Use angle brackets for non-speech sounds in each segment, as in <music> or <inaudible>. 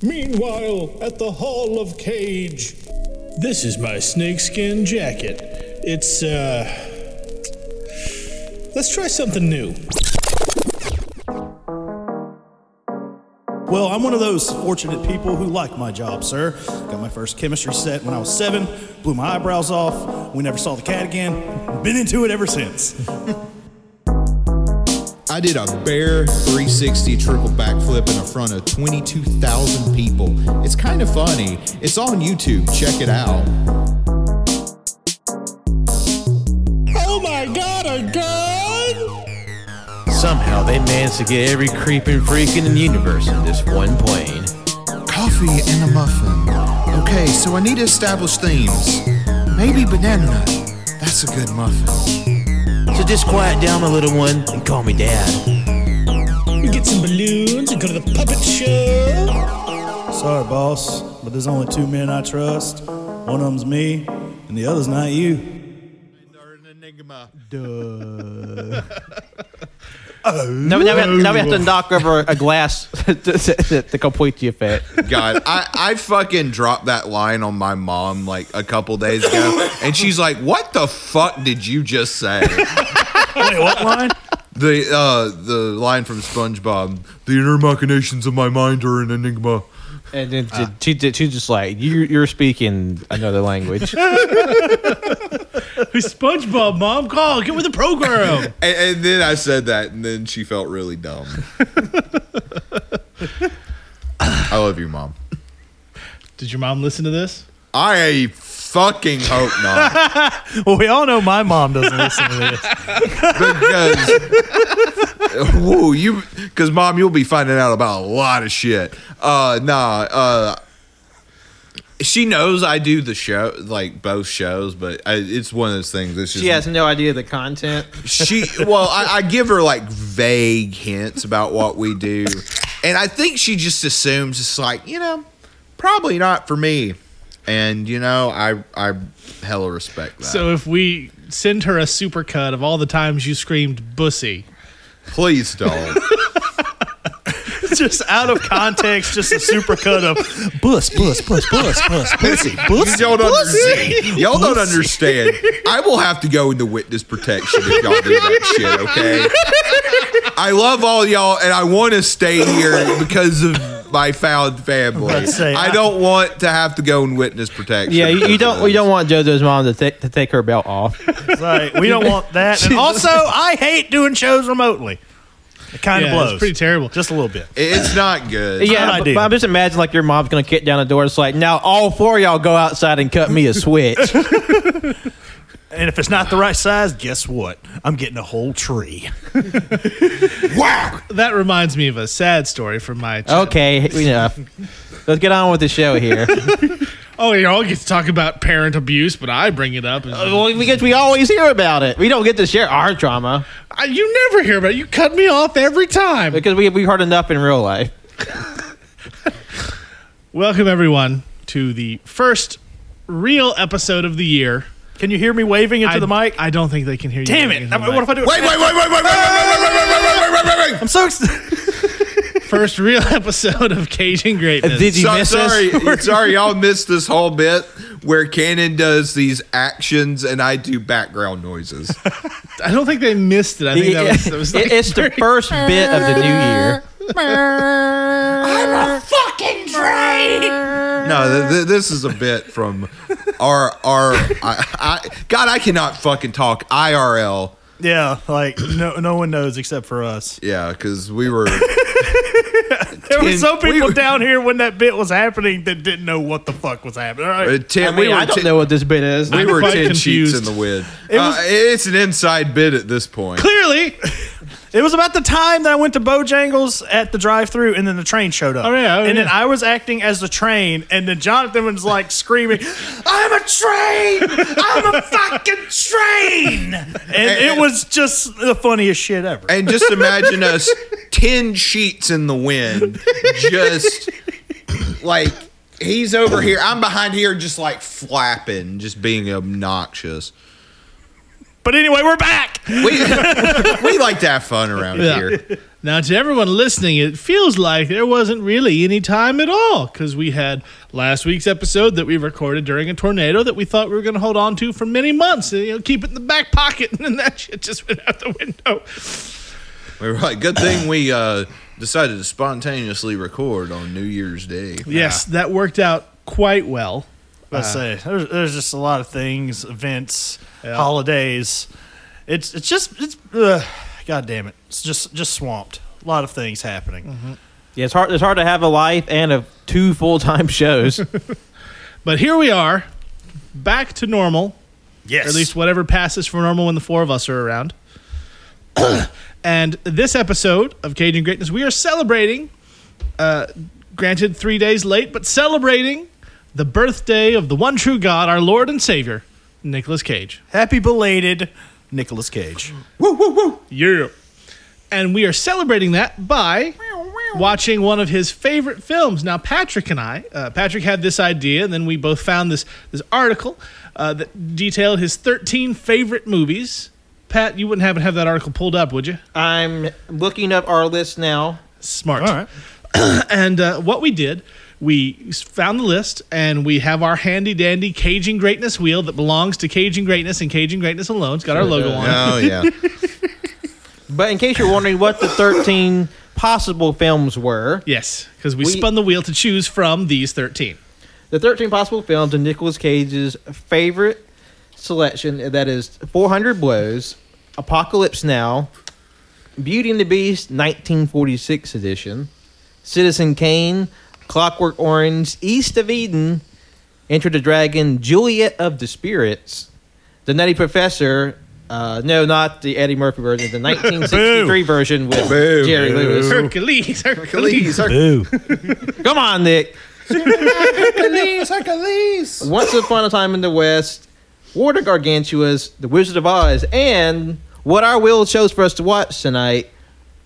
Meanwhile, at the Hall of Cage. This is my snakeskin jacket. It's, uh. Let's try something new. Well, I'm one of those fortunate people who like my job, sir. Got my first chemistry set when I was seven, blew my eyebrows off, we never saw the cat again. Been into it ever since. I did a bare 360 triple backflip in front of 22,000 people. It's kind of funny. It's on YouTube. Check it out. Oh my god, a gun! Somehow they managed to get every creeping freak in the universe in this one plane. Coffee and a muffin. Okay, so I need to establish themes. Maybe banana nut. That's a good muffin. So just quiet down, my little one, and call me dad. We get some balloons and go to the puppet show. Sorry, boss, but there's only two men I trust. One of them's me, and the other's not you. Now, now, we have, now we have to knock over a glass <laughs> to, to, to complete the effect. God, I, I fucking dropped that line on my mom like a couple days ago, and she's like, "What the fuck did you just say?" Wait, what line? the uh, the line from SpongeBob: "The inner machinations of my mind are an enigma." And then Ah. she, she, she's just like, you, you're speaking another language. SpongeBob, mom, call, get with the program. And, and then I said that, and then she felt <laughs> really dumb. I love you, mom. <laughs> Did your mom listen to this? I fucking hope not, <laughs> Well, we all know my mom doesn't listen to this. because whoa, you because mom, you'll be finding out about a lot of shit. Uh, nah, uh, she knows I do the show, like both shows, but I, it's one of those things. It's just <laughs> she has no idea the content. she well I, I give her like vague hints about what we do and i think she just assumes it's like you know probably not for me and you know i i hella respect that So if we send her a supercut of all the times you screamed "bussy," <laughs> please don't It's just out of context, just a supercut of bus, bus, bus, bus, bus, pussy, bus. y'all don't understand y'all don't understand i will have to go into witness protection if y'all do that shit okay i love all y'all and i want to stay here because of my found family. about to say, I I- don't want to have to go in witness protection. Yeah, you, you don't you because- don't want JoJo's mom to, th- to take her belt off. <laughs> It's like, we <laughs> don't want that. And also, I hate doing shows remotely. It kind of Yeah, it's blows. pretty terrible. Just a little bit. It's not good. Bad Yeah, but, idea. but I'm just imagine like your mom's gonna kick down the door. It's like now all four of y'all go outside and cut me a switch. <laughs> And if it's not the right size, guess what? I'm getting a whole tree. that reminds me of a sad story from my. childhood. okay, enough. Let's get on with the show <laughs> here. Oh, you all get to talk about parent abuse, but I bring it up. as- Well, because we always hear about it. We don't get to share our drama I, you never hear about it. You cut me off every time. because we we heard enough in real life. Welcome everyone to the first real episode of the year. Can you hear me waving into I- the mic? I don't think they can hear you. Damn it. I mean, what if I do it? Wait, wait, wait, wait, wait, wait, wait, wait, wait, wait, wait, wait, wait, wait, wait, wait, wait. I'm so excited. First real <laughs> episode of Cajun Greatness. Did you So, miss sorry, us? <laughs> sorry, y'all missed this whole bit where Cannon does these actions and I do background noises. I don't think they missed it. I think that was, that was like <laughs> It- it's the first bit of the new year. No, th- th- <laughs> this is a bit from our our I, I, God. I cannot fucking talk IRL. Yeah, like no, no one knows except for us. Yeah, because we were uh, There were And some we people were- down here when that bit was happening that didn't know what the fuck was happening. All uh, right. ten. <laughs> I mean, we were I don't ten, know what this bit is. We were quite ten sheets confused. in the wind. uh, it's an inside bit at this point. clearly. <laughs> It was about the time that I went to Bojangles at the drive-through, and then the train showed up. Oh, yeah, oh, and then yeah. I was acting as the train, and then Jonathan was like screaming, "I'm a train! I'm a fucking train!" And it was just the funniest shit ever. And just imagine us 10 sheets in the wind, just like he's over here. I'm behind here, just like flapping, just being obnoxious. But anyway, we're back. We, we like to have fun around here. Now, to everyone listening, it feels like there wasn't really any time at all because we had last week's episode that we recorded during a tornado that we thought we were going to hold on to for many months and you know, keep it in the back pocket, <laughs> and then that shit just went out the window. We were like, good thing we uh, decided to spontaneously record on New Year's Day. Yes, that worked out quite well. Uh, Let's say there's, there's just a lot of things, events, holidays. It's it's just it's uh, god damn it. It's just just swamped. A lot of things happening. Yeah, it's hard. It's hard to have a life and a two full time shows. But here we are, back to normal. Yes. or at least whatever passes for normal when the four of us are around. and this episode of Cajun Greatness, we are celebrating, uh, granted three days late, but celebrating the birthday of the one true God, our Lord and Savior, Nicolas Cage. happy belated Nicolas Cage. Yeah. And we are celebrating that by watching one of his favorite films. Now, Patrick and I, uh, Patrick had this idea, and then we both found this this article uh, that detailed his 13 favorite movies. Pat, you wouldn't happen to have that article pulled up, would you? <laughs> I'm looking up our list now. Smart. <clears throat> and uh, what we did, we s- found the list, and we have our handy dandy Cajun Greatness wheel that belongs to Cajun Greatness and Cajun Greatness alone. It's got our logo on it. Oh, yeah. But in case you're wondering what the 13 possible films were, Yes, because we We- spun the wheel to choose from these 13. the 13 possible films in Nicolas Cage's favorite selection that is 400 Blows, Apocalypse Now, Beauty and the Beast 1946 edition, Citizen Kane, Clockwork Orange, East of Eden, Enter the Dragon, Juliet of the Spirits, The Nutty Professor. Uh, no, not the Eddie Murphy version, <laughs> the 1963 version with Boo. Jerry Boo. Lewis. Hercules, Hercules. Hercules, Hercules. Boo. Come on, Nick. Hercules, Hercules. Once Upon a Time in the West, War to Gargantuas, The Wizard of Oz, and what our will chose for us to watch tonight,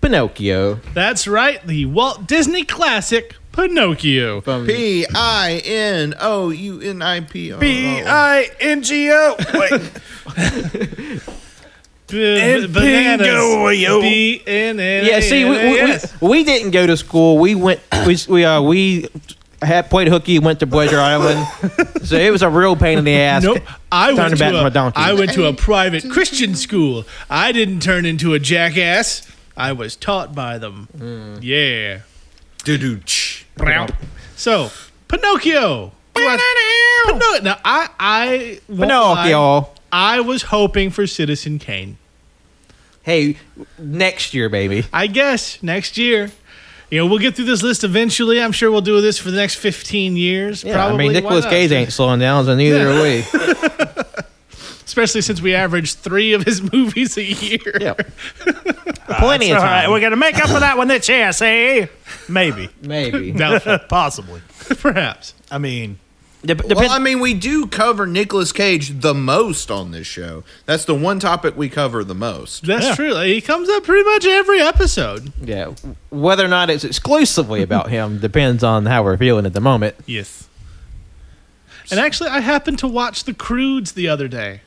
Pinocchio. That's right, the Walt Disney classic Pinocchio. From P I N O U N I P O. B I N G O. <laughs> Wait. B- And Pinocchio. Bananas. B N N. yeah, see, we, we, we, we didn't go to school. We went. We we uh, we had played hooky. Went to <laughs> Pleasure Island, so it was a real pain in the ass. Nope. I Turn went, it back to to my a, donkey. I went to a private Christian school. I didn't turn into a jackass. I was taught by them. Hmm. Yeah. Doo-doo. So, Pinocchio. Pinocchio. Now, I, I, won't lie. Pinocchio. I was hoping for Citizen Kane. Hey, next year, baby. I guess next year. You know, we'll get through this list eventually. I'm sure we'll do this for the next 15 years. Yeah, probably. I mean, Why Nicholas not? Cage ain't slowing down, so neither <laughs> are we. Especially since we average three of his <laughs> movies a year. Yeah. Plenty of All time. right, we're gonna make up for that one this year. See, <laughs> maybe, Maybe. Doubtful, possibly. <laughs> perhaps. I mean, Dep- Well, depend- I mean, we do cover Nicolas Cage the most on this show. That's the one topic we cover the most. That's Yeah. true. Like, He comes up pretty much every episode. Yeah, whether or not it's exclusively about him depends on how we're feeling at the moment. Yes. And actually, I happened to watch The Crudes the other day.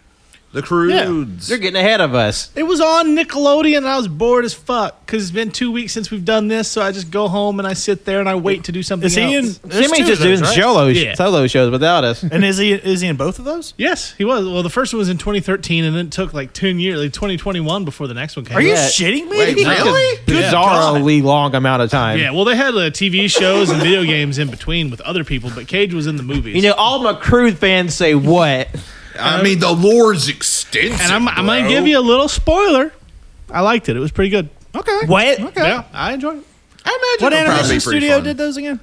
The Crudes. They're getting ahead of us. It was on Nickelodeon, and I was bored as fuck because it's been two weeks since we've done this. So I just go home and I sit there and I wait to do something. is he in? else. there's Jimmy's two just of those, doing right? solo Yeah. solo shows without us. And is he is he in both of those? Yes, he was. Well, the first one was in 2013, and then it took like 10 years, like 2021, before the next one came. Are you Yeah. shitting me? Wait, really? Bizarrely long amount of time. Yeah, well, they had uh, TV shows and video games in between with other people, but Cage was in the movies. You know, all my crew fans say what? I mean, the lore's extensive. and I'm, I'm going to bro. give you a little spoiler. I liked it. It was pretty good. Okay. What? Yeah, I enjoyed it. I imagine What it'll probably animation be pretty studio fun. did those again?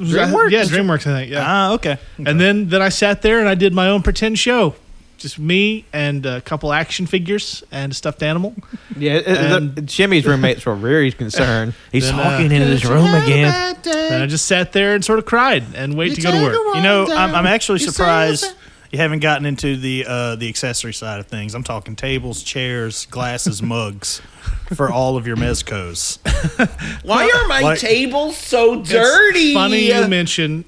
It was- I- DreamWorks? Yeah, DreamWorks, I think. Yeah. Ah, okay. and then, then I sat there and I did my own pretend show. Just me and a couple action figures and a stuffed animal. Yeah, it- it- the- Jimmy's roommates were very concerned. He's talking in his room again. And I just sat there and sort of cried and wait to go to work. You know, I'm, I'm actually surprised you haven't gotten into the uh, the accessory side of things. I'm talking tables, chairs, glasses, mugs for all of your mezcos. Why are my Like- tables so It's dirty? funny you mention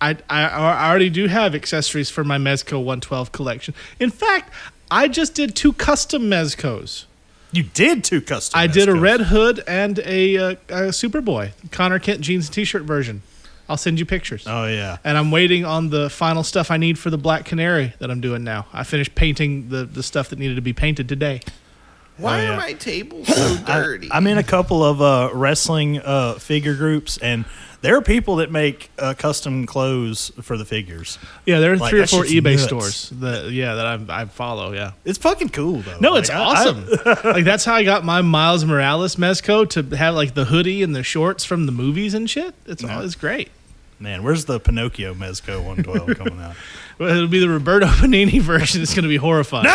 I, I, I already do have accessories for my Mezco 112 collection. In fact, I just did two custom Mezcos. You did two custom. I did a Mezcos. Red Hood and a, uh, a Superboy, Connor Kent jeans and t shirt version. I'll send you pictures. Oh yeah. And I'm waiting on the final stuff I need for the Black Canary that I'm doing now. I finished painting the, the stuff that needed to be painted today. Why Oh, yeah. are my tables so dirty? I'm in a couple of uh, wrestling uh, figure groups, and there are people that make uh, custom clothes for the figures. Yeah, there are Like, three or that four shit's eBay nuts. stores that yeah that I, I follow. Yeah, It's fucking cool though. no, Like, it's I- I- <laughs> <laughs> awesome. like that's how I got my Miles Morales Mezco to have like the hoodie and the shorts from the movies and shit. It's all it's great. man, where's the Pinocchio Mezco 112 coming out? Well, It'll be the Roberto <laughs> Benigni version. It's going to be horrifying.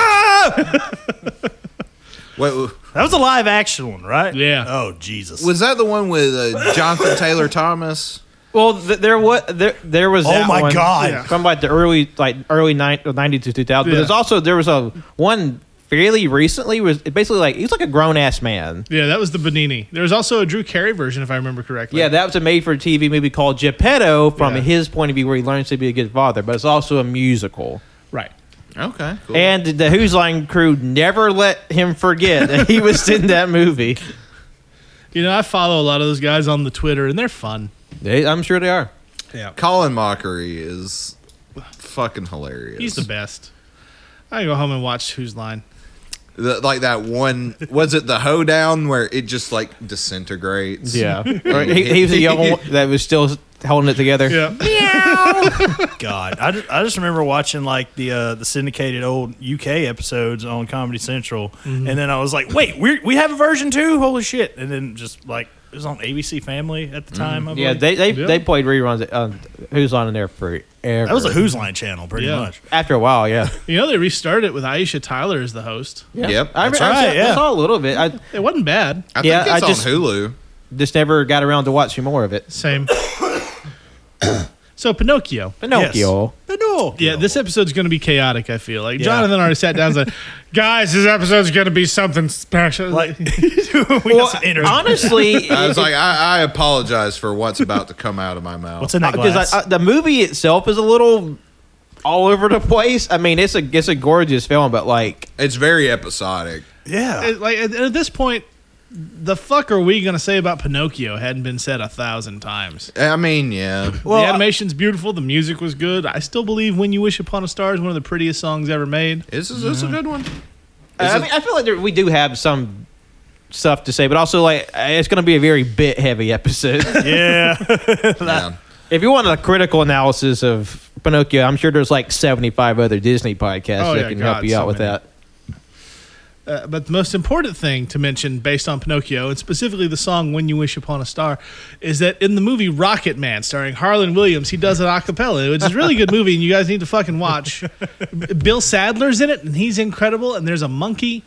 Wait, That was a live action one, right? Yeah. Oh Jesus. was that the one with uh, Jonathan Taylor Thomas? Well, th- there was there there was. Oh that my one God. Yeah. From like the early like early ninety to two thousand. But Yeah. there's also there was a one fairly recently was it basically like he's like a grown ass man. Yeah, that was the Benigni. There was also a Drew Carey version, if I remember correctly. Yeah, that was a made for TV movie called Geppetto from Yeah. his point of view where he learns to be a good father, but it's also a musical. right. Okay. cool. And the Who's Line crew never let him forget that he was in that movie. You know, I follow a lot of those guys on the Twitter, and they're fun. They, I'm sure they are. Colin Mockery is fucking hilarious. He's the best. I go home and watch Who's Line. The- like that one was it the hoedown where it just like disintegrates? <laughs> Or <laughs> he, he was the young one that was still holding it together. Yeah. <laughs> God, I just, I just remember watching like the uh, the syndicated old UK episodes on Comedy Central, and then I was like, wait, we we have a version two? Holy shit! And then just like it was on ABC Family at the time. I Mm-hmm. Yeah, believe. they they, Yeah. they played reruns. At, um, Who's on in there forever? that was a Who's Line channel, pretty Yeah. <laughs> much. After a while, yeah. You know, they restarted it with Aisha Tyler as the host. Yep, I, that's I, right, I yeah. saw a little bit. I It wasn't bad. I Yeah, think it's I on just- Hulu. just never got around to watching more of it. Same. <coughs> so, Pinocchio. Pinocchio. But no, Yeah, this episode's going to be chaotic, I feel like. Yeah. Jonathan already sat down and <laughs> said, Guys, this episode's going to be something special. like we Well, got some internet. <laughs> honestly, I <laughs> was like, I, I apologize for what's about to come out of my mouth. What's in that because glass? I, I, the movie itself is a little all over the place. I mean, it's a it's a gorgeous film, but like it's very episodic. yeah, It- like at, at this point, the fuck are we going to say about Pinocchio hadn't been said a thousand times? I mean, yeah. the animation's beautiful. The music was good. I still believe When You Wish Upon a Star is one of the prettiest songs ever made. This is this is a good one. I, Is I it- mean, I feel like there, we do have some stuff to say, but also like it's going to be a very bit heavy episode. <laughs> yeah. Yeah. if you want a critical analysis of Pinocchio, I'm sure there's like 75 other Disney podcasts Oh, that yeah, can God, help you so out with many. that. Uh, but the most important thing to mention based on Pinocchio, and specifically the song When You Wish Upon a Star, is that in the movie Rocket Man, starring Harlan Williams, he does it a cappella, which is a really good movie, and you guys need to <laughs> fucking watch. B- Bill Sadler's in it, and he's incredible, and there's a monkey.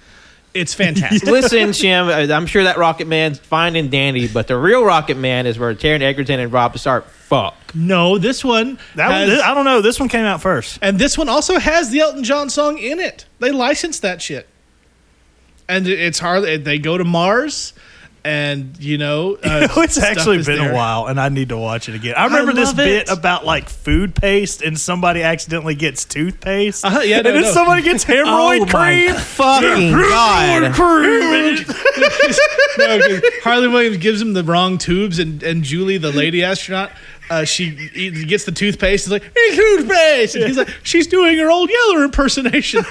<laughs> It's fantastic. Listen, Shim, I- I'm sure that Rocket Man's fine and dandy, but the real Rocket Man is where Taryn Egerton and Rob Stark fuck. no, this one. That has- one, I don't know. This one came out first. And this one also has the Elton John song in it. They licensed that shit. And it- it's hard. They go to Mars, and you know, uh, <laughs> it's stuff actually is been there. a while, and I need to watch it again. I remember this love bit it. about like food paste, and somebody accidentally gets toothpaste, Uh-huh, yeah, no, and then no. somebody <laughs> gets hemorrhoid Oh my cream. Fucking Cream. God. <laughs> No, 'cause Harley Williams gives him the wrong tubes, and, and Julie, the lady astronaut, uh, she eats- gets the toothpaste. And is like, hey, toothpaste! And he's like, she's doing her old Yeller impersonation. <laughs>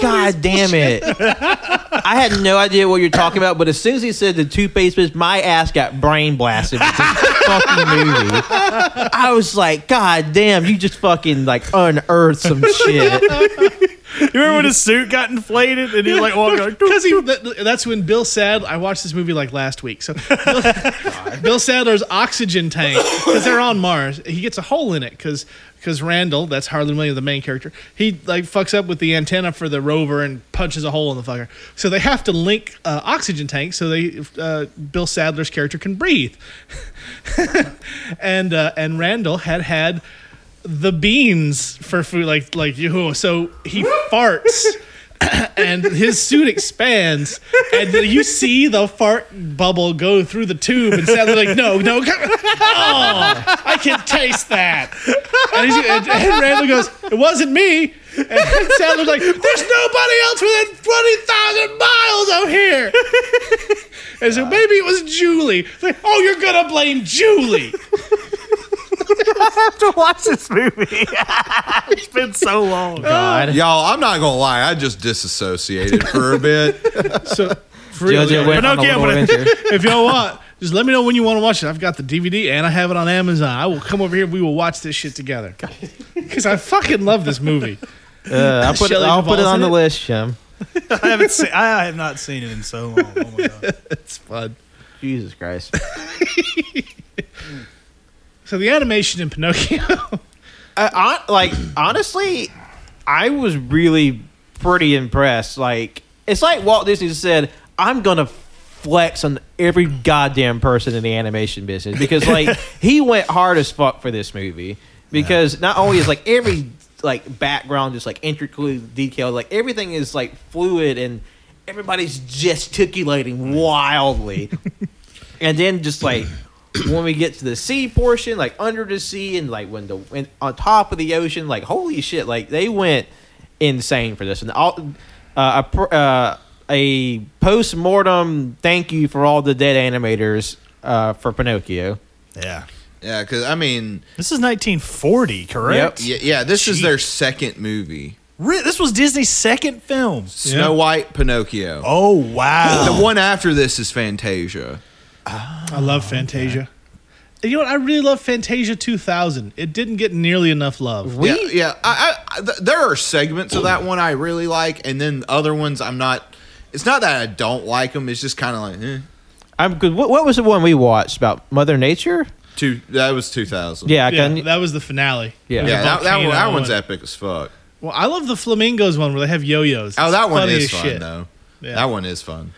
God damn it. I had no idea what you're talking about, but as soon as he said the toothpaste was my ass got brain blasted with this <laughs> fucking movie. I was like, God damn, you just fucking like unearthed some shit. <laughs> You remember when his suit got inflated, and he like oh, walked <laughs> like. Because he, that, that's when Bill Sadler. I watched this movie like last week. So <laughs> Bill, Bill Sadler's oxygen tank, because they're on Mars, he gets a hole in it because Randall, that's Harlan Williams, the main character, he like fucks up with the antenna for the rover and punches a hole in the fucker. So they have to link uh, oxygen tanks so they uh, Bill Sadler's character can breathe. <laughs> and uh, and Randall had had the beans for food, like like you. So he farts and his suit expands, and then you see the fart bubble go through the tube, and Sadler's like, "No, no, come, oh, I can taste that." And, he's, and, and Randall goes, "It wasn't me." And Sadler's like, "There's nobody else within twenty thousand miles of here." And so maybe it was Julie. It's like, oh, you're gonna blame Julie. to watch this movie. it's been so long. God. Y'all, I'm not gonna lie, I just disassociated for <laughs> a bit. So, for real, Judge it went on a Pinocchio little went- adventure. if y'all want, just let me know when you want to watch it. I've got the DVD and I have it on Amazon. I will come over here. We will watch this shit together because I fucking love this movie. Uh, I'll put it, Shelley I'll put it Duvall's on in the it? list, Shem. I haven't seen. I have not seen it in so long. Oh my god. It's fun. Jesus Christ. So the animation in Pinocchio. uh, hon- like honestly, I was really pretty impressed. Like it's like Walt Disney said, "I'm gonna flex on every goddamn person in the animation business," <laughs> because like he went hard as fuck for this movie. Because not only is like every like background just like intricately detailed, like everything is like fluid and everybody's gesticulating <laughs> wildly. And then just like <clears throat> when we get to the sea portion, like under the sea and like when the when on top of the ocean, like holy shit, like they went insane for this. And all uh, a pr- uh, a post mortem thank you for all the dead animators uh, for Pinocchio. Yeah. Yeah, because I mean, This is 1940, correct? yeah, yeah this is their second movie. Re- This was Disney's second film. Snow White, Pinocchio. Oh wow. The one after this is Fantasia. <laughs> I love Fantasia. And you know what? I really love Fantasia 2000. It didn't get nearly enough love. We, yeah, yeah. I, I, th- there are segments of that one I really like, and then other ones I'm not. It's not that I don't like them. It's just kind of like eh. I'm good. What, what was the one we watched about Mother Nature? two. That was 2000. Yeah, I Yeah, can, that was the finale. yeah. yeah. That, that, one, Volcano that one's one. epic as fuck. Well, I love the flamingos one where they have yo-yos. Oh, It's that one funny is as fun shit. though. Yeah. That one is fun.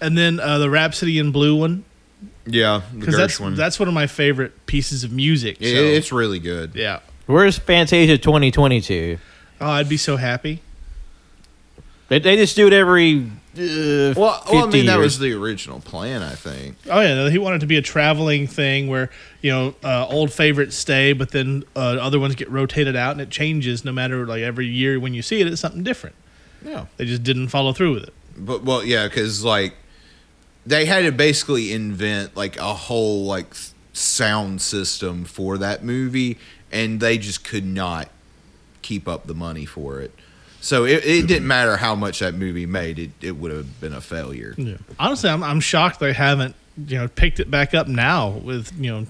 And then uh, the Rhapsody in Blue one Yeah, the because Gersh that's one. that's one of my favorite pieces of music. It- so- it's really good. yeah. Where's Fantasia 2022? Oh, I'd be so happy. They, they just do it every. Uh, Well, well, I 50 mean, that years. was the original plan, I think. Oh yeah, no, he wanted it to be a traveling thing where you know uh, old favorites stay, but then uh, other ones get rotated out, and it changes no matter like every year when you see it, it's something different. Yeah. They just didn't follow through with it. But well, yeah, because like they had to basically invent like a whole like th- sound system for that movie, and they just could not keep up the money for it. So it, it Mm-hmm. didn't matter how much that movie made; it it would have been a failure. Honestly, I'm I'm shocked they haven't you know picked it back up now with you know.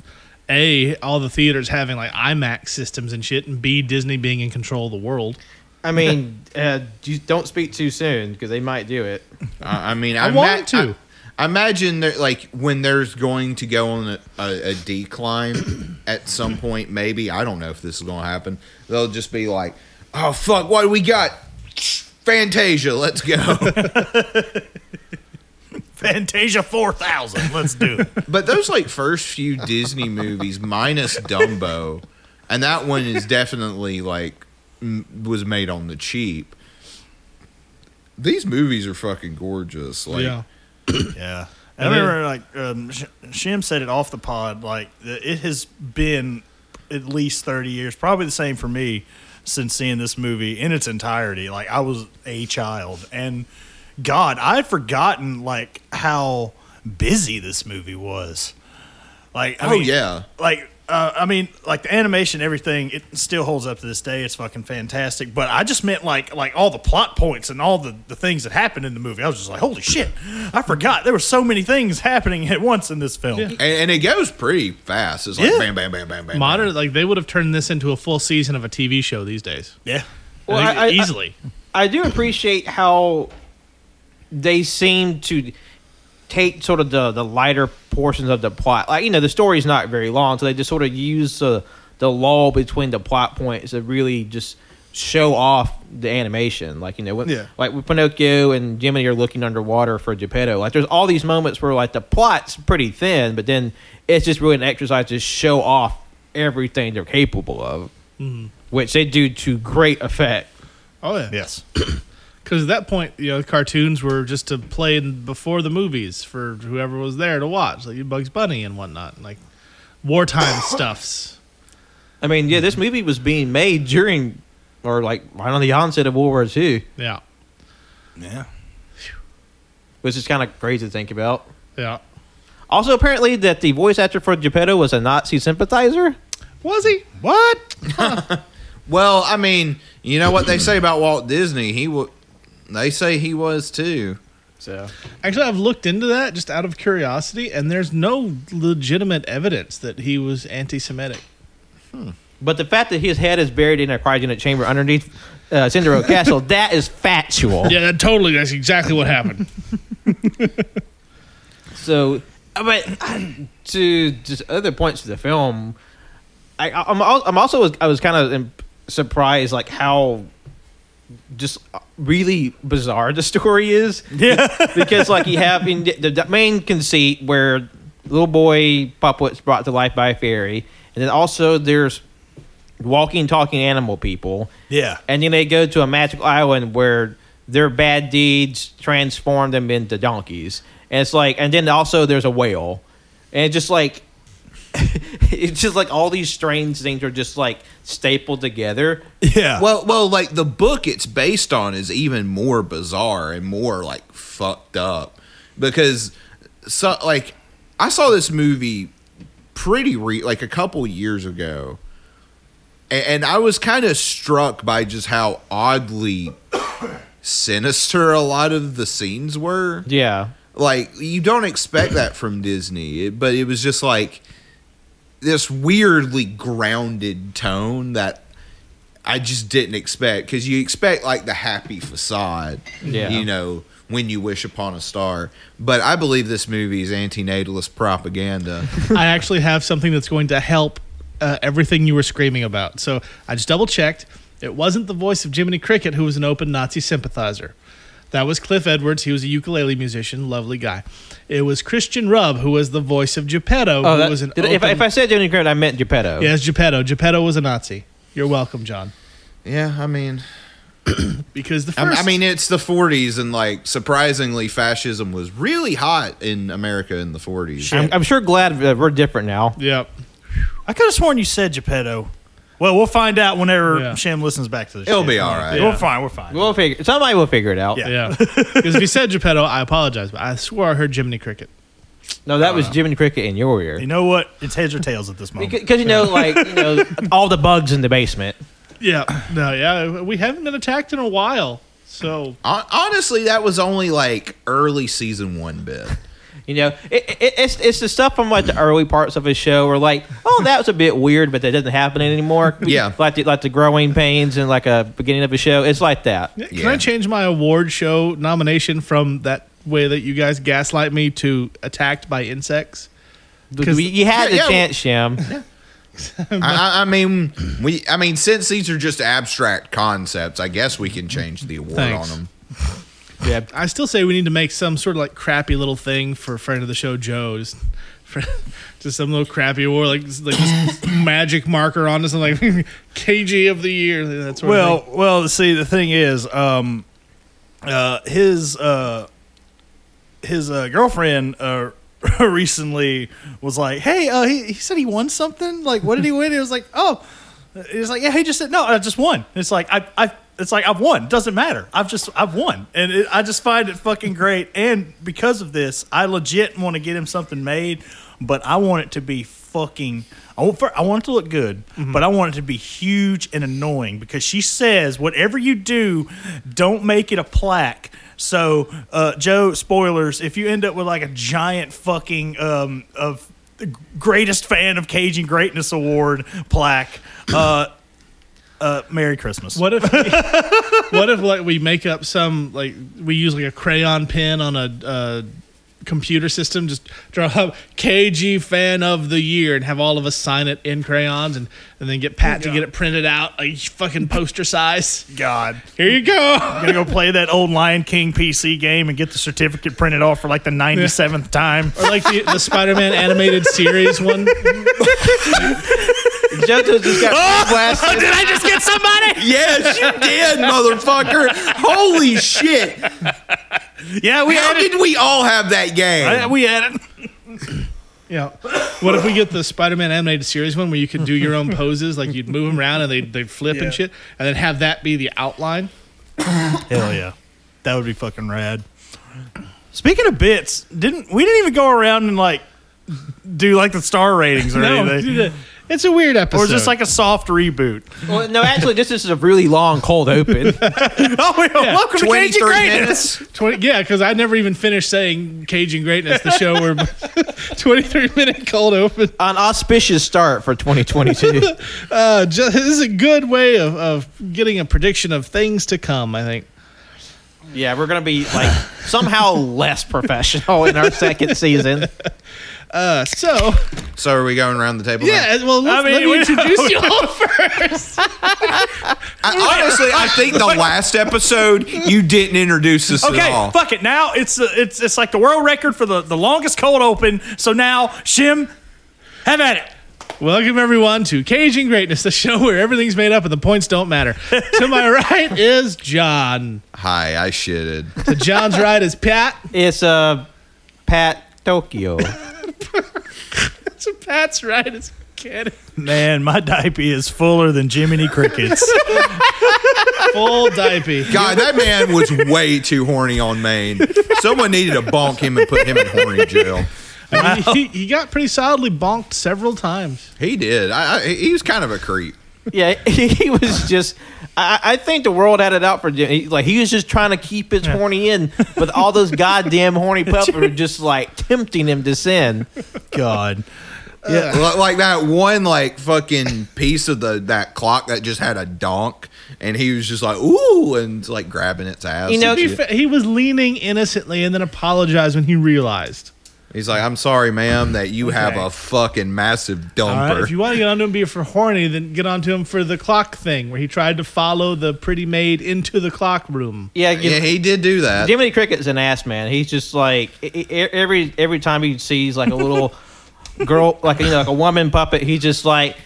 A, all the theaters having like IMAX systems and shit, and B, Disney being in control of the world. I mean, uh, you don't speak too soon because they might do it. I, I mean, I ima- want to. I, I imagine that like when there's going to go on a, a, a <clears throat> decline at some point. Maybe I don't know if this is going to happen. They'll just be like, "Oh fuck, what do we got? Fantasia, let's <laughs> go." Fantasia 4000. Let's do it. <laughs> but those like first few Disney movies, minus Dumbo, and that one is definitely like m- was made on the cheap. These movies are fucking gorgeous. Like, yeah. Yeah. I remember, like, um, Sh- Shim said it off the pod. Like, the- it has been at least 30 years, probably the same for me, since seeing this movie in its entirety. Like, I was a child. And God, I had forgotten, like, how busy this movie was. Like, I Oh, mean, yeah. Like, uh, I mean, like the animation, everything, it still holds up to this day. It's fucking fantastic. But I just meant like, like all the plot points and all the, the things that happened in the movie. I was just like, holy shit, I forgot there were so many things happening at once in this film. and, and it goes pretty fast. It's like Yeah. bam, bam, bam, bam, bam. Modern, like, they would have turned this into a full season of a TV show these days. Yeah. I Well, think I- I- easily. I do appreciate how they seem to take sort of the, the lighter portions of the plot. Like you know, the story's not very long, so they just sort of use the the lull between the plot points to really just show off the animation. Like you know, when, Yeah. like with Pinocchio and Jiminy are looking underwater for Geppetto. Like there's all these moments where like the plot's pretty thin, but then it's just really an exercise to show off everything they're capable of, which they do to great effect. oh yeah. Yes. Because at that point, you know, cartoons were just to play in- before the movies for whoever was there to watch, like Bugs Bunny and whatnot, like <laughs> wartime stuffs. I mean, yeah, this movie was being made during, or like right on the onset of World War II, Yeah, Yeah. which is kind of crazy to think about. yeah. Also, apparently, that the voice actor for Geppetto was a Nazi sympathizer. Was he? What? Well, I mean, you know what they say about Walt Disney. He wa They say he was too. So Actually, I've looked into that just out of curiosity, and there's no legitimate evidence that he was anti-Semitic. But the fact that his head is buried in a cryogenic chamber underneath uh, Cinderella <laughs> Castle, that is factual. Yeah, that totally. That's exactly what happened. So, uh, but <clears throat> to just other points of the film, I, I- I'm al- I'm also I was kind of im- surprised like how just uh, really bizarre the story is. <laughs> Yeah. because like you have in the, the main conceit where little boy puppet's brought to life by a fairy, and then also there's walking, talking animal people, yeah. and then they go to a magical island where their bad deeds transform them into donkeys. And it's like, and then also there's a whale, and it's just like, <laughs> it's just like all these strange things are just like stapled <laughs> together. Yeah. Well, well, like the book it's based on is even more bizarre and more like fucked up because, so like, I saw this movie pretty re like a couple years ago, and, and I was kind of struck by just how oddly <coughs> sinister a lot of the scenes were. Yeah, like you don't expect that from Disney, it, but it was just like this weirdly grounded tone that I just didn't expect because you expect like the happy facade, Yeah. you know, when you wish upon a star. But I believe this movie is antinatalist <laughs> propaganda. I actually have something that's going to help uh, everything you were screaming about. So I just double checked. It wasn't the voice of Jiminy Cricket who was an open Nazi sympathizer. That was Cliff Edwards. He was a ukulele musician, lovely guy. It was Christian Rubb who was the voice of Geppetto, oh, who that, was an did- if, I- open- if I said Johnny Grant, I meant Geppetto. yes, Geppetto. Geppetto was a Nazi. You're welcome, John. yeah, I mean, Because the Um, I, first, I mean, it's the '40s, and like surprisingly, fascism was really hot in America in the '40s. I'm, I'm sure glad that we're different now. yeah, I could have sworn you said Geppetto. Well, we'll find out whenever Yeah. Shem listens back to this. It'll shit. be all right. We're Yeah. fine. We're fine. We'll figure. Somebody will figure it out. Yeah. yeah. Because if you said Geppetto, I apologize, but I swore I heard Jiminy Cricket. No, that was Jiminy Cricket in your ear. you know what? It's heads or tails at this moment. Because you know, like you know, all the bugs in the basement. Yeah, no, yeah, we haven't been attacked in a while, so Hon- Honestly, that was only like early season one bit. You know, it, it, it's it's the stuff from like the early parts of his show where like, oh, that was a bit weird, but that doesn't happen anymore. Yeah. like the, like the growing pains and like a beginning of a show. It's like that. Yeah, Can Yeah. I change my award show nomination from that way that you guys gaslight me to attacked by insects? Because you had the Yeah, yeah. chance, Shem. I, I- I mean, we. I mean, since these are just abstract concepts, I guess we can change the award Thanks. on them. yeah, I still say we need to make some sort of like crappy little thing for a friend of the show, Joe. Just, for, <laughs> just some little crappy award, like, just- like just magic marker on something like <laughs> KG of the year. That's sort well, of thing. well. See, the thing is, um, uh, his uh, his uh, girlfriend uh, <laughs> recently was like, "Hey, uh, he, he said he won something. Like, what did he win?" It was like, "Oh, it was like, yeah, he just said no, I just won." It's like I, I, it's like I've won. Doesn't matter. I've just I've won, and it, I just find it fucking great. And because of this, I legit want to get him something made, but I want it to be fucking. I want, for, I want it to look good, but I want it to be huge and annoying because she says, whatever you do, don't make it a plaque. So, uh, Joe, spoilers, if you end up with like a giant fucking um, of greatest fan of Cajun Greatness Award plaque, uh, uh, Merry Christmas. what if we, what if like we make up some like we use like a crayon pen on a. Uh, computer system just draw up kg fan of the year and have all of us sign it in crayons and, and then get pat to get it printed out like fucking poster size God. here you go I'm gonna go play that old Lion King PC game and get the certificate printed off for like the 97th time. or like the, the spider-man animated series one JoJo just got blasted. Did I just get somebody? Yes, you did, motherfucker. Holy shit. Yeah, we How had it. did we all have that game? I- We had it. Yeah. What if we get the Spider-Man animated series one where you could do your own poses, like you'd move them around and they'd, they'd flip Yeah. and shit, and then have that be the outline? Hell yeah, that would be fucking rad. Speaking of bits, didn't we didn't even go around and like do like the star ratings or No, anything, dude, uh, it's a weird episode. or just like a soft reboot. Well, no, actually, this is a really long cold open. <laughs> Oh, well, welcome to Cajun 23 Greatness. minutes? 20, yeah, because I never even finished saying Cajun Greatness, the show <laughs> where 23 minute cold open. An auspicious start for 2022. <laughs> Uh, just, this is a good way of, of getting a prediction of things to come, I think. yeah, we're gonna be like somehow less professional in our second season. Uh, so, So are we going around the table? now? yeah, well, let's, I mean, let me we- <laughs> introduce you all first. I, honestly, I think the last episode you didn't introduce us at Okay, all. fuck it. Now it's uh, it's it's like the world record for the, the longest cold open. So now Shim, have at it. Welcome, everyone, to Cajun Greatness, the show where everything's made up and the points don't matter. <laughs> to my right is John. Hi, I shitted. To John's right is Pat. It's uh, Pat Tokyo. To Pat's right is Kenny. Man, my diaper is fuller than Jiminy Crickets. Full diaper. God, that man was way too horny on Maine. Someone needed to bonk him and put him in horny jail. <laughs> I mean, <laughs> he, he got pretty solidly bonked several times. He did. I, I, he was kind of a creep. Yeah, <laughs> he was just. I, I think the world had it out for Jim. He- Like he was just trying to keep his horny in, but all those <laughs> goddamn horny pups were just like tempting him to sin. God, Li- Like that one, like fucking piece of the that clock that just had a donk, and he was just like ooh, and like grabbing its ass. You know, and To be shit. fair, he was leaning innocently and then apologized when he realized. he's like, "I'm sorry, ma'am, that you have Okay. a fucking massive All right, dumper." if you want to get onto him be for horny, then get onto him for the clock thing where he tried to follow the pretty maid into the clock room. Yeah, yeah, he did do that. Jiminy Cricket's an ass man. He's just like e- e- every every time he sees like <laughs> a little girl, like you know, like a woman puppet, he's just like,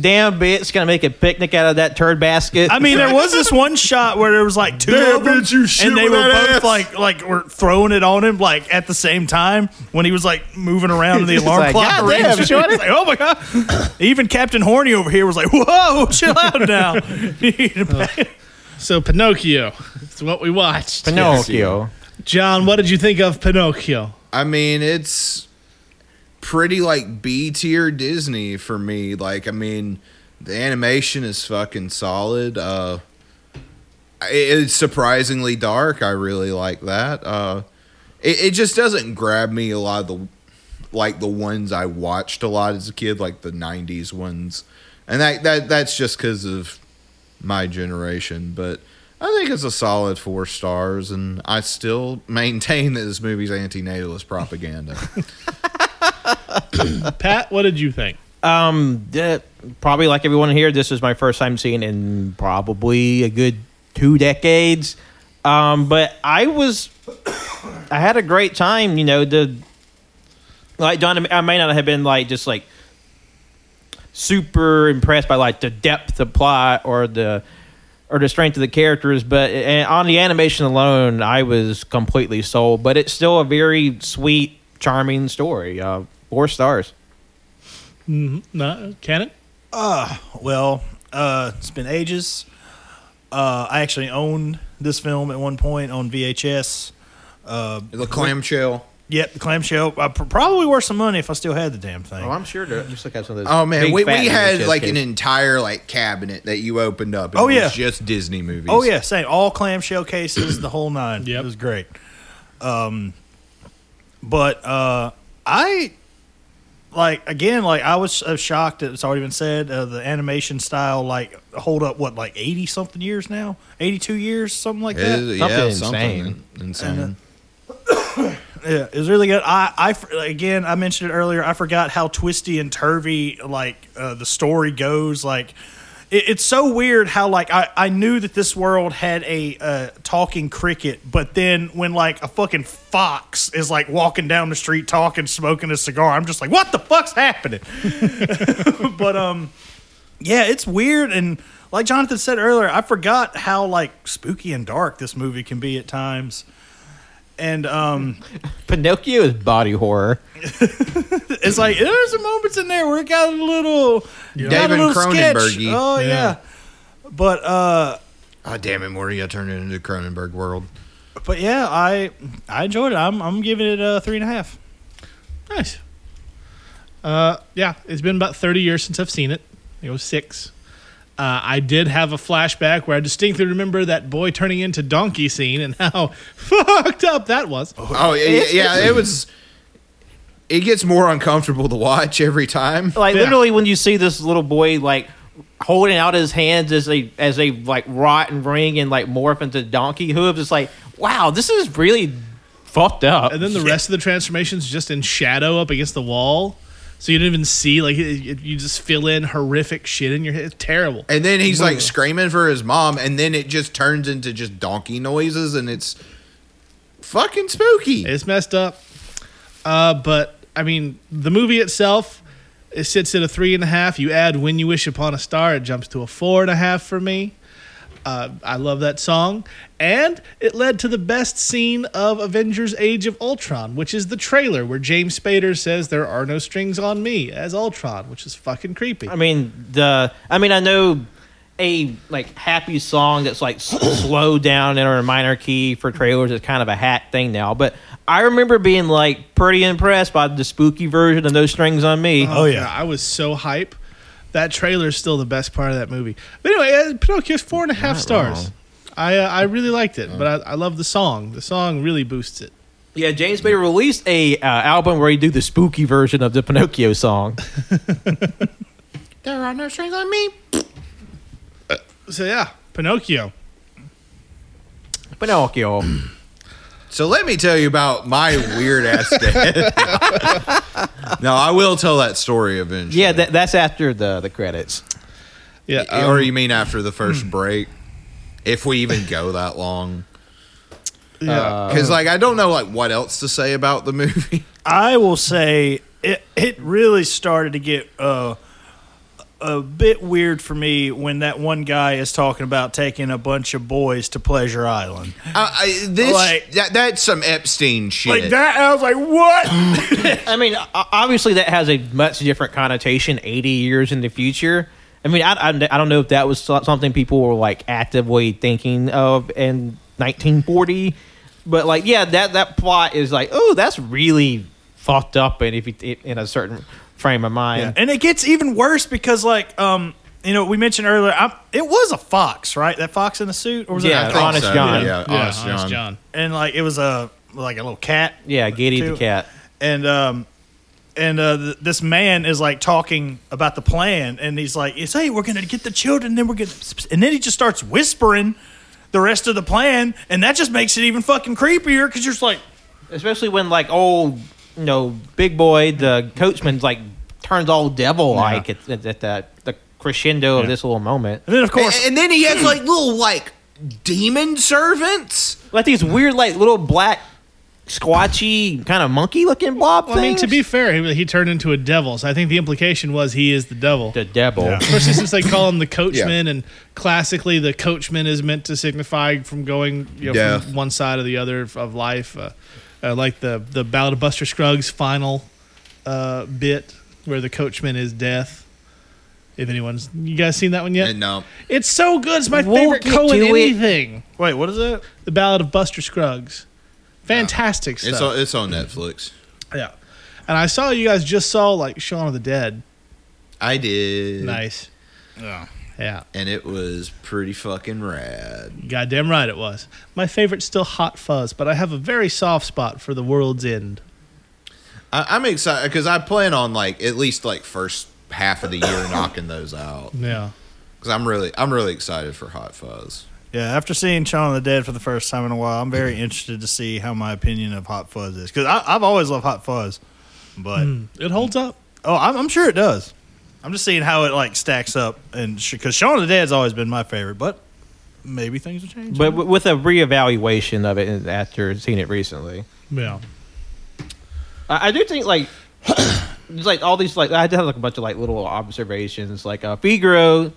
"Damn bitch, gonna make a picnic out of that turd basket." I <laughs> mean, there was this one shot where there was like two Damn, of them, bitch, you shit and they with were that both ass. like like were throwing it on him like at the same time when he was like moving around <laughs> in the He's alarm like, clock. "God damn, rings." He's shorty. like, <laughs> oh my god! Even Captain Horny over here was like, "Whoa, chill out <laughs> now." So Pinocchio, it's what we watched. Pinocchio. John, what did you think of Pinocchio? I mean, it's pretty like B tier Disney for me. Like, I mean, the animation is fucking solid. Uh, i- it's surprisingly dark. I really like that. Uh, it, it just doesn't grab me a lot of the like the ones I watched a lot as a kid, like the '90s ones, and that that that's just because of my generation. But I think it's a solid four stars, and I still <laughs> maintain that this movie's anti-natalist propaganda. Pat, what did you think? Um, that- probably like everyone here, this is my first time seeing it in probably a good two decades. Um, but I was, I had a great time. You know, the like Don, I may not have been like just like super impressed by like the depth of plot or the or the strength of the characters, but and on the animation alone, I was completely sold. But it's still a very sweet, charming story. Uh, four stars. No, Cannon. Ah, Well, uh, it's been ages. Uh, I actually owned this film at one point on VHS. <laughs> the clamshell. Yep, the clamshell. I pr- probably worth some money if I still had the damn thing. Oh, I'm sure to just look at some of those. Oh man, big we, fat we had VHS like an tapes. entire like cabinet that you opened up. and Oh, it yeah. was just Disney movies. Oh yeah, same. All clamshell cases, the whole nine. Yep. It was great. Um, but uh, I like again, like I was uh, shocked. It's already been said. Uh, the animation style, Oh, like hold up, what like eighty something years now, eighty two years, something like It that. is- yeah, Something insane. something insane. Yeah, it was really good. I, I f- again, I mentioned it earlier. I forgot how twisty and turvy like uh, the story goes. Like, it, it's so weird how like I, I knew that this world had a uh, talking cricket, but then when like a fucking fox is like walking down the street talking, smoking a cigar, I'm just like, what the fuck's happening? <laughs> but um, yeah, it's weird and like Jonathan said earlier, I forgot how like spooky and dark this movie can be at times. And um Pinocchio is body horror. it's like there's some moments in there where it got a little got David a little sketch. Cronenberg-y. Oh yeah. But uh Oh damn it, Morty! I turned it into Cronenberg world. but yeah, I I enjoyed it. I'm I'm giving it a three and a half. Nice. Uh, yeah, it's been about 30 years since I've seen it. It was six. Uh, I did have a flashback where I distinctly remember that boy turning into donkey scene and how <laughs> fucked up that was. Oh yeah, yeah, it was. It gets more uncomfortable to watch every time. Like Yeah. literally, when you see this little boy like holding out his hands as they as they like rot and wring and like morph into donkey hooves, it's like wow, this is really fucked up. And then the rest of the transformation's just in shadow up against the wall. So you don't even see, like, it, it- you just fill in horrific shit in your head. It's terrible. And then he's like screaming for his mom, and then it just turns into just donkey noises, and it's fucking spooky. It's messed up. Uh, but I mean, the movie itself, it sits at a three and a half. You add "When You Wish Upon a Star," it jumps to a four and a half for me. Uh, I love that song, and it led to the best scene of Avengers: Age of Ultron, which is the trailer where James Spader says, "There are no strings on me" as Ultron, which is fucking creepy. I mean the. I mean I know a like happy song that's like s- <clears throat> slowed down in a minor key for trailers is kind of a hat thing now, but I remember being like pretty impressed by the spooky version of No Strings on Me. Oh, yeah. God, Um, I was so hype. That trailer is still the best part of that movie. But anyway, uh, Pinocchio's four and a half stars. I uh, I really liked it, but I, I love the song. The song really boosts it. Yeah, James Bay released a uh, album where he do the spooky version of the Pinocchio song. There are no strings on me. So yeah, Pinocchio. Pinocchio. So let me tell you about my weird ass dad. no, I will tell that story eventually. yeah, that, that's after the the credits. Yeah, um, or you mean after the hmm. first break, if we even go that long? yeah. Because like I don't know like what else to say about the movie. I will say it, it really started to get uh, a bit weird for me when that one guy is talking about taking a bunch of boys to Pleasure Island. I, I, this Like- that, that's some Epstein shit. Like that, I was like, what? I mean, o- obviously that has a much different connotation 80 years in the future. I mean, I, I, I don't know if that was so- something people were like actively thinking of in 1940, but like, yeah, that, that plot is like, oh, that's really fucked up. And if you, in a certain frame of mind, and it gets even worse because, like, um, you know, we mentioned earlier, I'm, it was a fox, right? That fox in the suit, or was Yeah. it? I think Honest John. Yeah, Yeah, honest John. And like, it was a like a little <coughs> cat. yeah, Giddy the Two. cat. and um and uh, th- this man is like talking about the plan, and he's like, "It's hey, we're gonna get the children, then we're gonna," and then he just starts whispering the rest of the plan, and that just makes it even fucking creepier because you're just like, Especially when like old, you know, big boy, the coachman, like turns all devil like at, at, at that, the crescendo of this little moment. and then of And, course, and then he has like little like demon servants. like these weird like little black squatchy kind of monkey looking blob Well, I mean, to things. be fair, he, he turned into a devil. So I think the implication was he is the devil. the devil Especially since they <laughs> call him the coachman, and classically, the coachman is meant to signify from going you know, Death. from one side or the other of, of life, uh, uh, like the the Ballad of Buster Scruggs final uh, bit where the coachman is death. If anyone's you guys seen that one yet? And no, It's so good. It's my We'll favorite get Cohen to it. anything. wait, what is it? The Ballad of Buster Scruggs, fantastic it's stuff. on, it's on Netflix. yeah, and I saw you guys just saw like Shaun of the Dead. I did, Nice. Yeah. and it was pretty fucking rad. Goddamn right it was. My favorite's still Hot Fuzz, but I have a very soft spot for The World's End. I, I'm excited because I plan on like at least like first half of the year <coughs> knocking those out Yeah. because I'm really I'm really excited for Hot Fuzz. Yeah, after seeing Shaun of the Dead for the first time in a while, I'm very interested to see how my opinion of Hot Fuzz is because I've always loved Hot Fuzz, but It holds up. oh, I'm, I'm sure it does. I'm just seeing how it like stacks up, and because Shaun of the Dead's always been my favorite, but maybe things will change. but w- with a reevaluation of it after seeing it recently Yeah. i, I do think like <coughs> there's like all these like I did have like a bunch of like little observations like uh, Figaro,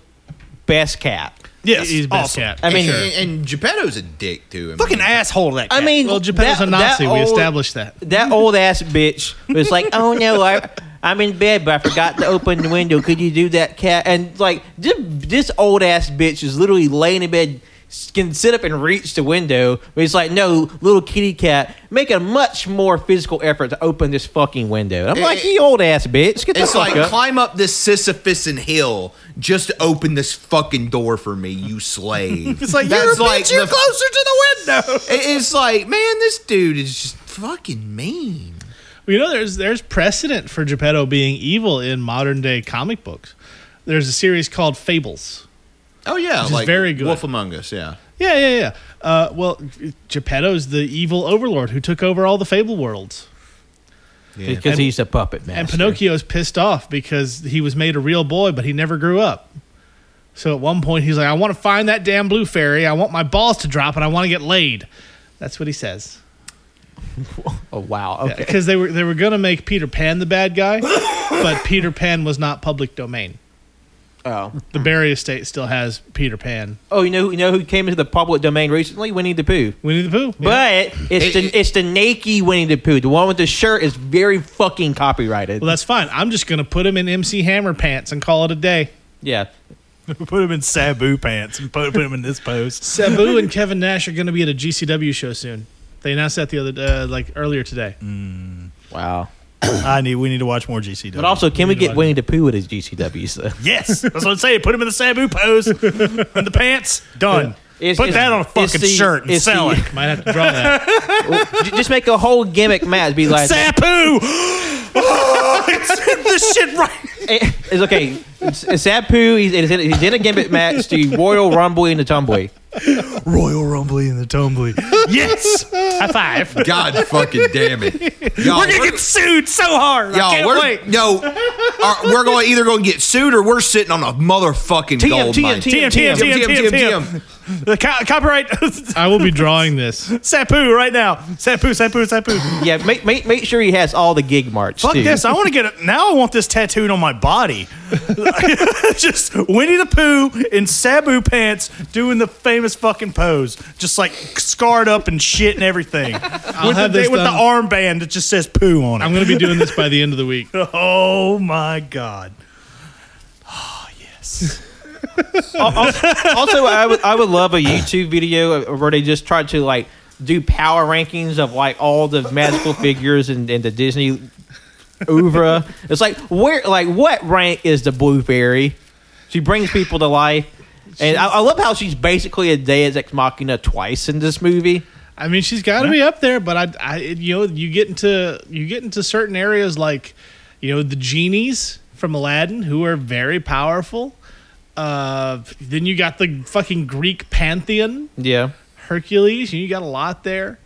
best cat. Yes, he's best awesome. cat. I mean, and, and Geppetto's a dick to him. Fucking asshole that. I cat. mean, Well, Geppetto's that- a Nazi. that we old- established that. That old ass bitch was like, "Oh no, I, I'm in bed, but I forgot to open the window. Could you do that, cat?" And like this, this old ass bitch is literally laying in bed, s- can sit up and reach the window. But it's like, "No, little kitty cat, make a much more physical effort to open this fucking window." And I'm like, "You old ass bitch, get the It's fuck like up." climb up this Sisyphusan hill just to open this fucking door for me, you slave. it's like, you're a bitch, you're closer to the <laughs> window. It's like, man, this dude is just fucking mean. Well, you know, there's there's precedent for Geppetto being evil in modern day comic books. There's a series called Fables. Oh yeah, is like very good. Wolf Among Us. Yeah, Yeah, yeah, yeah. Uh, well, Geppetto's the evil overlord who took over all the Fable worlds, Because he's a puppet master. and Pinocchio's pissed off because he was made a real boy, but he never grew up. So at one point, he's like, "I want to find that damn blue fairy. I want my balls to drop, and I want to get laid." That's what he says. Oh wow. Okay. because they were they were gonna make Peter Pan the bad guy, but Peter Pan was not public domain. Oh. The Barry Estate still has Peter Pan, Oh, you know, you know who came into the public domain recently? Winnie the Pooh. Winnie the Pooh. yeah. But it's the it's the naked Winnie the Pooh. The one with the shirt is very fucking copyrighted. well, that's fine. I'm just gonna put him in MC Hammer pants and call it a day. yeah. put him in Sabu pants and put, put him in this pose. Sabu and Kevin Nash are gonna be at a GCW show soon. They announced that the other uh, like earlier today. Wow. I need. We need to watch more GCW. But also, can we get Winnie the Pooh with his GCWs? though? yes, that's what I'm saying. Put him in the Sabu pose and the pants. Done. It's- put it's- that on a it's fucking the- shirt and it's sell the- it. Might have to draw that. <laughs> J- Just make a whole gimmick match. Be like, Sabu. <gasps> Oh, this shit right. Eh, it's okay. It's, it's Sapu. He's, he's in, he's in a gimmick match to Royal Rumble in the Tumbly. Royal Rumbly and the Tumbly. Yes. High five. God fucking <laughs> damn it, y'all. We're gonna get sued so hard. I y'all, can't we're, wait. no, are, we're going either going to get sued or we're sitting on a motherfucking TM, gold TM, mine. TM, TM, TM, TM, TM. The co- copyright <laughs> I will be drawing this. Sapu right now. Sapu, Sapu, Sapu. Yeah, make, make make sure he has all the gig march. Fuck too. this. I want to get it. Now I want this tattooed on my body. <laughs> Just Winnie the Pooh in Sabu pants doing the famous fucking pose. Just like scarred up and shit and everything. with have the, this with the done. armband that just says poo on it. I'm gonna be doing this by the end of the week. oh my God. Oh, yes. also, I would I would love a YouTube video where they just try to like do power rankings of like all the magical figures and, and the Disney oeuvre. It's like where like what rank is the blue fairy? She brings people to life. And I, I love how she's basically a Deus Ex Machina twice in this movie. I mean, she's got to be up there, but I, I, it- you know, you get into you get into certain areas like, you know, the genies from Aladdin who are very powerful. Uh, then you got the fucking Greek pantheon, Yeah. Hercules. You got a lot there.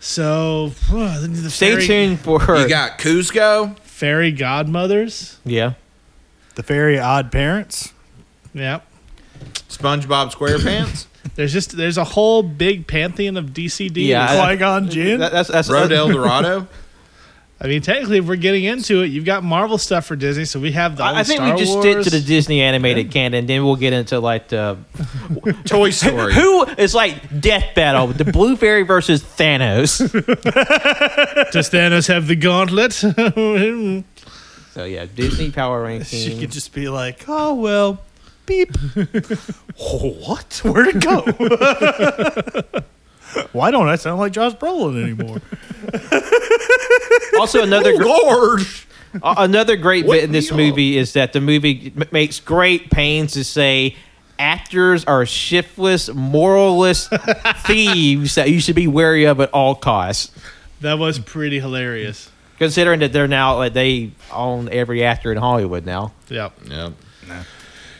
So <sighs> then the Stay fairy, tuned for her. You got Cusco. Fairy godmothers. yeah. The very odd parents. Yeah. SpongeBob SquarePants, There's just there's a whole big pantheon of DCD. Yeah, I- Qui Gon Jinn. That, that's that's Road El Dorado. I mean, technically, if we're getting into it, you've got Marvel stuff for Disney, so we have the. I, I think we just stick did to the Disney animated canon, then we'll get into like the <laughs> Toy Story. Who is like death battle? The Blue Fairy versus Thanos. Does Thanos have the gauntlet? Thanos So yeah, Disney Power <laughs> She could Ranking. just be like, oh, well, beep. what? Where'd it go? Why don't I sound like Josh Brolin anymore? Also, Oh, another gr- Lord. uh, another great bit in this Whip me up. movie is that the movie m- makes great pains to say actors are shiftless, <laughs> moralless thieves that you should be wary of at all costs. that was pretty hilarious. Considering that they're now like they own every actor in Hollywood now. Yep. Yep.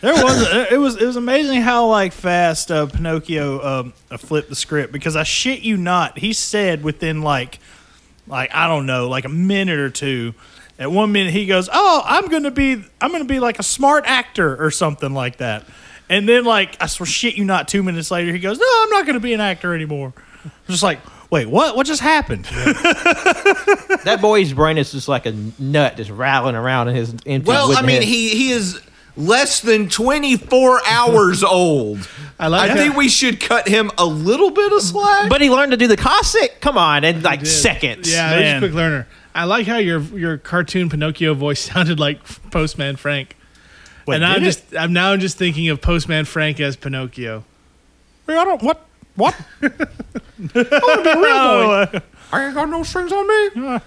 There was uh, it was it was amazing how like fast uh, Pinocchio um, uh, flipped the script because I shit you not, he said within like like I don't know like a minute or two. At one minute he goes, "Oh, I'm gonna be I'm gonna be like a smart actor or something like that," and then like I swear shit you not, two minutes later he goes, "No, I'm not gonna be an actor anymore." I'm just like. wait, what? What just happened? That boy's brain is just like a nut, just rattling around in his empty Well, I wooden mean, head. he he is less than 24 <laughs> hours old. I like I that. think we should cut him a little bit of slack. But he learned to do the Cossack. Come on, in like seconds. Yeah, there's a Man. quick learner. I like how your your cartoon Pinocchio voice <laughs> sounded like Postman Frank. Wait, and I'm did it? just I'm now just thinking of Postman Frank as Pinocchio. Wait, I don't. What? What? I ain't got no strings on me.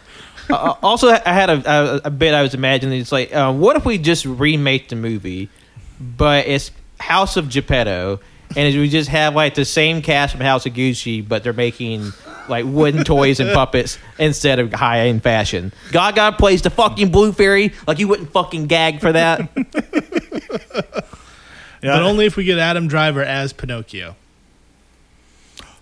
Uh, also, I had a, a, a bit I was imagining. It's like, uh, what if we just remake the movie, but it's House of Geppetto, and we just have like the same cast from House of Gucci, but they're making like wooden <laughs> toys and puppets instead of high end fashion. Gaga plays the fucking Blue Fairy. Like you wouldn't fucking gag <laughs> for that. Yeah, But Uh. only if we get Adam Driver as Pinocchio.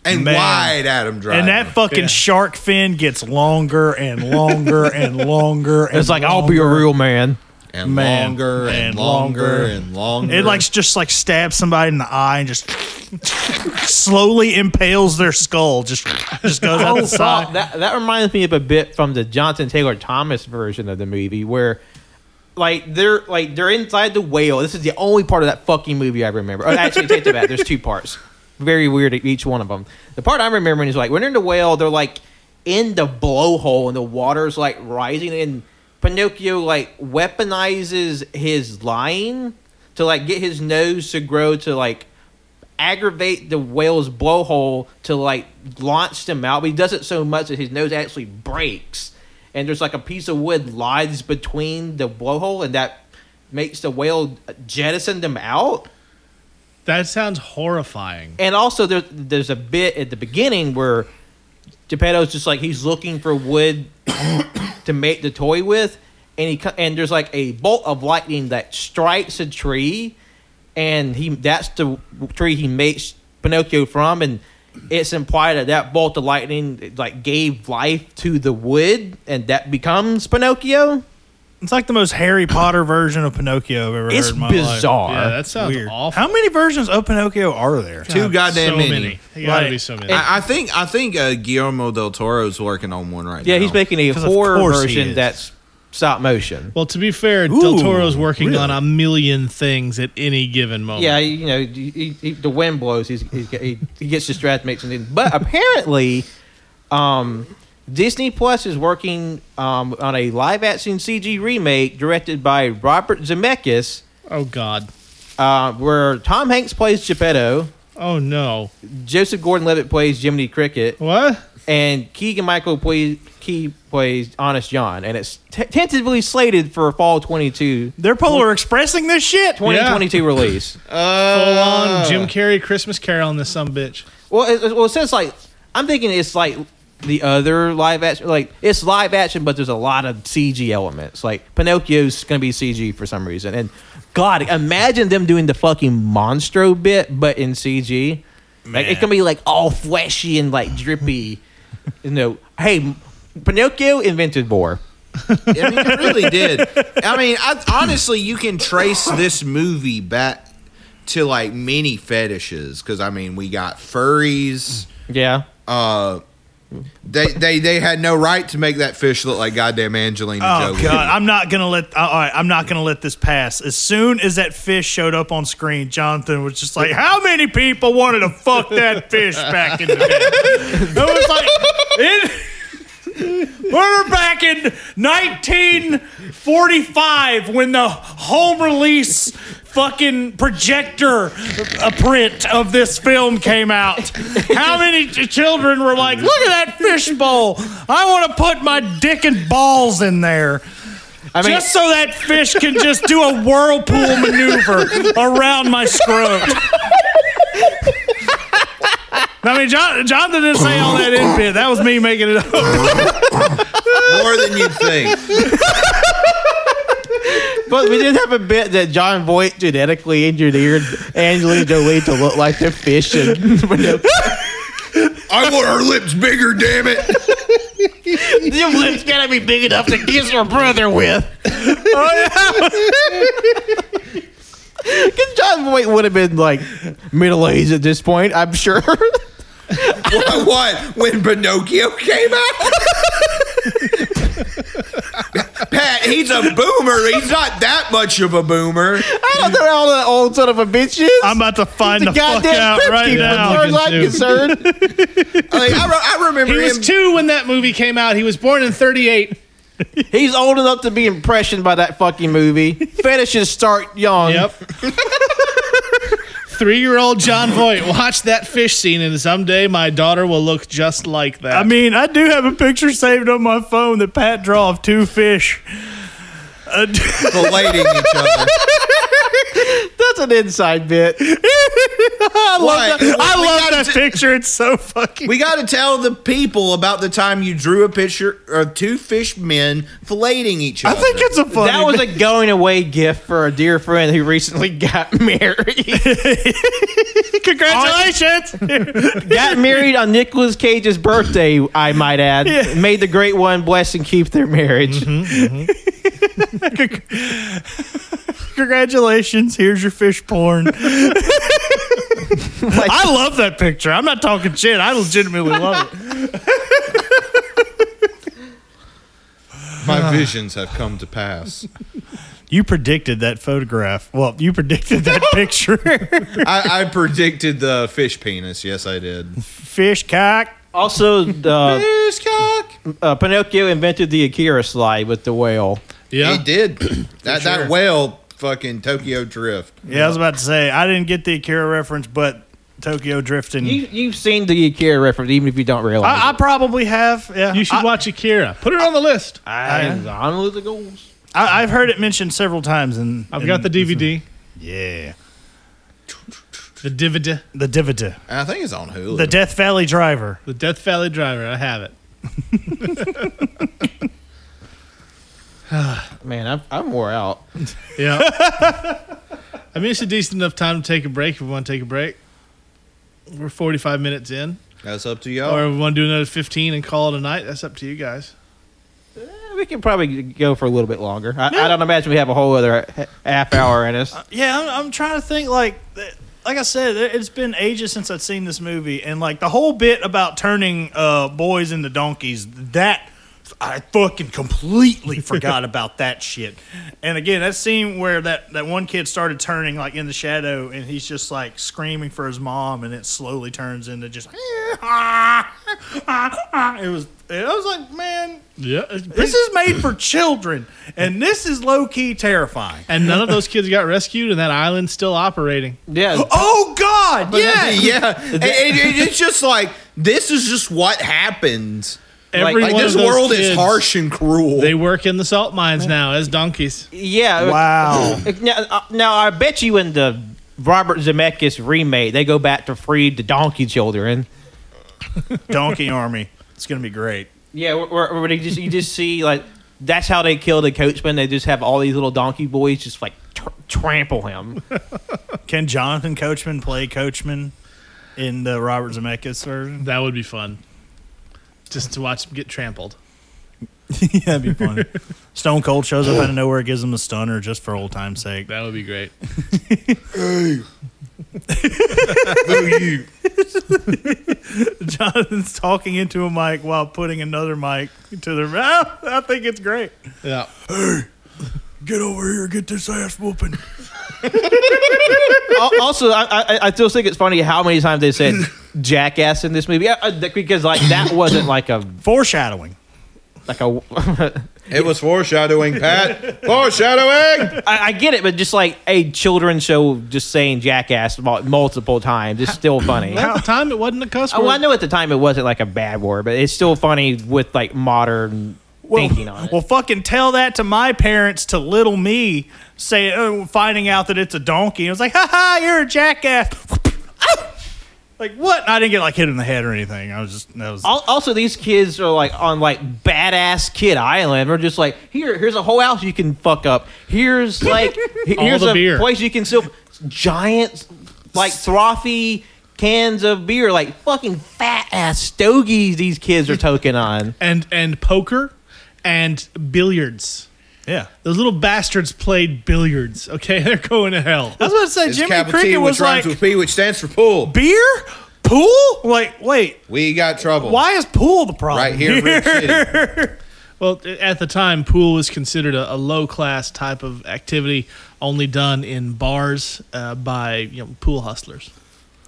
And Man. wide Adam Driver. And that fucking Yeah. shark fin gets longer and longer and <laughs> longer. And It's like I'll be a longer. real man. and Man. longer and, And longer, longer. and longer. It like just like stabs somebody in the eye and just slowly impales their skull. Just just goes out the Oh, side. that, that reminds me of a bit from the Johnson Taylor Thomas version of the movie where like they're like they're inside the whale. This is the only part of that fucking movie I remember. Oh, actually, take that back. There's two parts. Very weird at each one of them. The part I'm remembering is like when they're in the whale, they're like in the blowhole and the water's like rising and Pinocchio like weaponizes his line to like get his nose to grow to like aggravate the whale's blowhole to like launch them out, but he does it so much that his nose actually breaks. And there's like a piece of wood lies between the blowhole, and that makes the whale jettison them out. That sounds horrifying. And also, there's there's a bit at the beginning where Geppetto's just like he's looking for wood <coughs> to make the toy with, and he co- and there's like a bolt of lightning that strikes a tree, and he that's the tree he makes Pinocchio from, and it's implied that that bolt of lightning like gave life to the wood, and that becomes Pinocchio. It's like the most Harry Potter version of Pinocchio I've ever It's heard in my life. bizarre. Yeah, that sounds Weird. awful. How many versions of Pinocchio are there? too goddamn so many. There gotta Like- be so many. I, I think I think uh, Guillermo del Toro's working on one right Yeah, now. he's making a 'Cause of horror course he version is. that's stop motion. well, to be fair, Del Ooh, Toro's working really? on a million things at any given moment. Yeah, you know, he, he, the wind blows. He's, he's, he, he gets distracted, makes something. But apparently, um, Disney Plus is working um, on a live action CG remake directed by Robert Zemeckis, Oh God. uh, where Tom Hanks plays Geppetto, Oh no. Joseph Gordon Levitt plays Jiminy Cricket, What? and Keegan Michael plays, Key plays Honest John. And it's t- tentatively slated for fall 22, They're Polar Expressing this shit. 2022 release. Uh. Full on Jim Carrey Christmas Carol in this some bitch. Well, it, it- well, it says like I'm thinking it's like the other live action, like it's live action, but there's a lot of CG elements. Like Pinocchio's gonna be CG for some reason, and God, imagine them doing the fucking Monstro bit, but in CG. Like Man. it can be like all fleshy and like drippy. <laughs> you know, hey, Pinocchio invented war. I mean, it <laughs> really did. I mean, I, honestly, you can trace this movie back to like many fetishes because I mean, we got furries. Yeah. Uh, they they they had no right to make that fish look like goddamn Angelina Oh Jolie. god, I'm not gonna let. uh, All right, I'm not gonna let this pass. As soon as that fish showed up on screen, Jonathan was just like, "How many people wanted to fuck that fish back in the day?" It was like, it, we're back in 1945 when the home release fucking projector a print of this film came out. How many ch- children were like, "Look at that fish bowl! I want to put my dick and balls in there." I mean, just so that fish can just do a whirlpool maneuver around my scrot. I mean, John, Jonathan didn't say all that in bit. That was me making it up. <laughs> More than you'd think. but we did have a bit that John Voight genetically engineered Angelina Jolie to look like the fish in Pinocchio. I want her lips bigger, damn it. Your lips gotta be big enough to kiss your brother with. Oh, <laughs> Because John Voight would have been like middle aged at this point, I'm sure. what, what? When Pinocchio came out? <laughs> Pat, he's a boomer. He's not that much of a boomer. <laughs> I don't know all that old son of a bitch is. I'm about to find He's the, fuck goddamn out crypt right keeper, now. As far as I'm Dude. <laughs> concerned, I, mean, I, re- I remember He was him. two when that movie came out. He was born in 38. he's old enough to be impressioned by that fucking movie. Fetishes start young. Yep. Three year old John Voight watched that fish scene, and someday my daughter will look just like that. I mean, I do have a picture saved on my phone that Pat draw of two fish. Uh, Collating each other. <laughs> That's an inside bit. <laughs> I Why? love that, I We love gotta that do- picture. It's so fucking. We got to tell the people about the time you drew a picture of two fish men filleting each I other. think it's a funny. That was a going away gift for a dear friend who recently <laughs> got married. <laughs> congratulations. <laughs> got married on Nicolas Cage's birthday, I might add. Made the great one bless and keep their marriage. Mm-hmm. congratulations. Here's your fish porn. I love that picture. I'm not talking shit. I legitimately love it. my visions have come to pass. You predicted that photograph. Well, you predicted <laughs> that picture. I, I predicted the fish penis. Yes, I did. fish cock. Also, the, Fish cock. uh, Pinocchio invented the Akira slide with the whale. yeah. It did. <clears throat> that sure. that whale fucking Tokyo drift. Yeah, I was about to say I didn't get the Akira reference, but Tokyo drifting. You, you've seen the Akira reference, even if you don't realize I, I it. probably have. Yeah, You should I, watch Akira. Put it on the list. And on with the goals. I, I've heard it mentioned several times, and I've got the DVD. Yeah, The DVD. the DVD, And I think it's on Hulu. the Death Valley Driver. The Death Valley Driver. I have it. Man, I'm, I'm wore out. Yeah. I mean, it's a decent enough time to take a break if we want to take a break. We're 45 minutes in. That's up to Or y'all. if we want to do another 15 and call it a night, that's up to you guys. Eh, We can probably go for a little bit longer. I, I don't imagine we have a whole other h- half hour in <gasps> us. Yeah, I'm, I'm trying to think. Like, th- like I said, it- it's been ages since I'd seen this movie, and like the whole bit about turning uh, boys into donkeys. That I fucking completely forgot about that shit. And again, that scene where that that one kid started turning like in the shadow, and he's just like screaming for his mom, and it slowly turns into just. <laughs> It was. I was like, man, Yeah. this is made for children, and this is low key terrifying. and none of those kids got rescued, and that island's still operating. Yeah. Oh God! yeah, <laughs> yeah. And- and- and it's just like this is just what happens. Every Like one this of those world is kids, harsh and cruel. They work in the salt mines now as donkeys. Yeah. Wow. Now, uh, now, I bet you in the Robert Zemeckis remake, they go back to free the donkey children. Donkey Army. It's gonna be great. Yeah, where, where, where they just you just see like that's how they kill the coachman. They just have all these little donkey boys just like tr- trample him. Can Jonathan Coachman play Coachman in the Robert Zemeckis version? That would be fun. Just to watch them get trampled. <laughs> yeah, that'd be funny. Stone Cold shows up out of nowhere, gives him a stunner just for old time's sake. That would be great. <laughs> Jonathan's talking into a mic while putting another mic to their mouth. <laughs> I think it's great. <laughs> Yeah. Get over here, get this ass whooping. <laughs> Al- also, I, I I still think it's funny how many times they said jackass in this movie Yeah, uh, th- because like that wasn't like a Foreshadowing. like a. <laughs> I, it was foreshadowing, <laughs> Pat. foreshadowing. I get it, but just like a children's show, just saying jackass mul- multiple times, it's still funny. At the time, it wasn't a cuss word. Oh, I know at the time it wasn't like a bad word, but it's still funny with like modern thinking on it. Well, fucking tell that to my parents, to little me, say, oh, finding out that it's a donkey. I was like, ha ha, you're a jackass. <laughs> like, what? I didn't get like hit in the head or anything. I was just, that was. Al- also, these kids are like on like badass kid island. We're just like here. Here's a whole house you can fuck up. <laughs> Here's like he- All here's the a beer. place you can still <laughs> giant like frothy cans of beer, like fucking fat ass stogies. These kids are token on. and and poker and billiards. yeah. Those little bastards played billiards. Okay, <laughs> they're going to hell. I was about to say, It's Jimmy capital T, Cricket which was like, rhymes with P, which stands for pool. beer? Pool? Like, wait, We got trouble. why is pool the problem? Right here in Rip City. <laughs> Well, t- at the time, pool was considered a, a low class type of activity, only done in bars uh, by you know pool hustlers.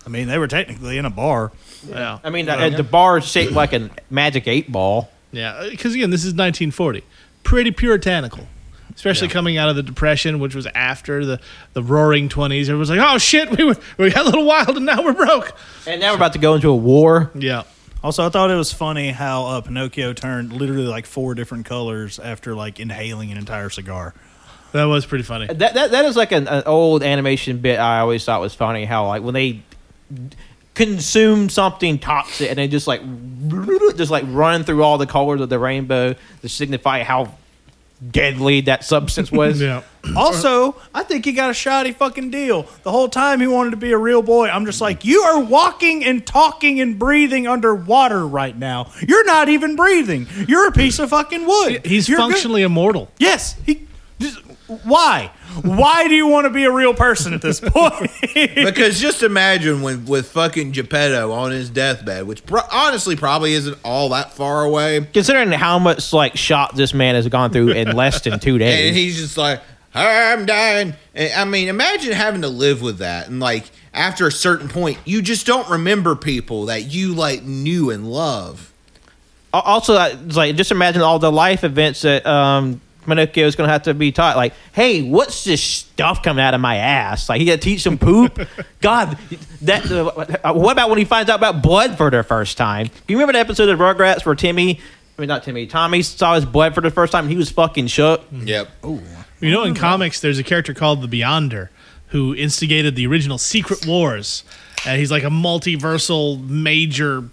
I mean, they were technically in a bar. Yeah, I mean, uh, the bar is shaped like a magic eight ball. yeah, because again, this is 1940, pretty puritanical, especially coming out of the Depression, which was after the the Roaring Twenties. Everyone's like, "Oh shit, we were, we got a little wild, and now we're broke." And now we're about to go into a war. Yeah, Also, I thought it was funny how uh, Pinocchio turned literally like four different colors after like inhaling an entire cigar. that was pretty funny. That that, that is like an, an old animation bit. I always thought was funny how like when they consume something toxic and they just like <laughs> just like run through all the colors of the rainbow to signify how deadly that substance was. <laughs> Yeah, Also, I think he got a shoddy fucking deal. The whole time he wanted to be a real boy, I'm just like, you are walking and talking and breathing underwater right now. You're not even breathing. You're a piece of fucking wood. he's You're good- functionally immortal. Yes. He. Just, why? Why do you want to be a real person at <laughs> this point? Because just imagine when with fucking Geppetto on his deathbed, which pro- honestly probably isn't all that far away, Considering how much like shot this man has gone through in less than two days. and he's just like, "I'm dying." And, I mean, imagine having to live with that, and like after a certain point, you just don't remember people that you like knew and love. Al- also uh, it's like just imagine all the life events that um Pinocchio is going to have to be taught. Like, hey, what's this stuff coming out of my ass? Like, he got to teach <laughs> him poop. God, that. Uh, what about when he finds out about blood for the first time? Do you remember the episode of Rugrats where Timmy, I mean not Timmy, Tommy saw his blood for the first time and he was fucking shook? Mm. Yep. You know, in comics, there's a character called the Beyonder who instigated the original Secret Wars, and he's like a multiversal major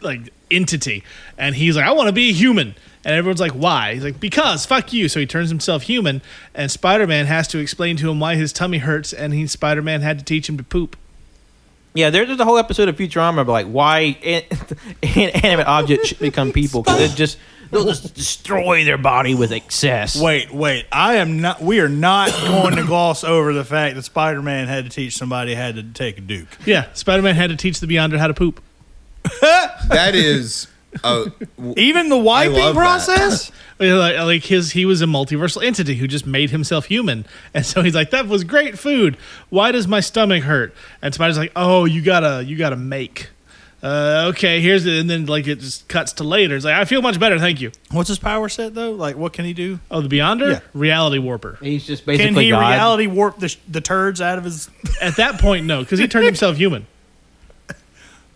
like entity, and he's like, I want to be a human. And everyone's like, why? He's like, because fuck you. So he turns himself human, and Spider Man has to explain to him why his tummy hurts, and he Spider Man had to teach him to poop. Yeah, there- there's a whole episode of Futurama about like why in, <laughs> inanimate objects should become <laughs> people because they just they'll just destroy their body with excess. wait, wait. I am not. We are not going to gloss over the fact that Spider Man had to teach somebody how to take a duke. Yeah, Spider Man had to teach the Beyonder how to poop. That is. Uh, Even the love wiping that. <laughs> process. You know, Like, like his, he was a multiversal entity who just made himself human, and so he's like, "That was great food. Why does my stomach hurt?" And somebody's like, "Oh, you gotta, you gotta make." Uh, okay, here's it, and then like it just cuts to later. It's like I feel much better, thank you. What's his power set though? Like, what can he do? Oh, the Beyonder, Yeah. reality warper. He's just Can basically he God. reality warp the, sh- the turds out of his? At that point, no, because he turned himself human.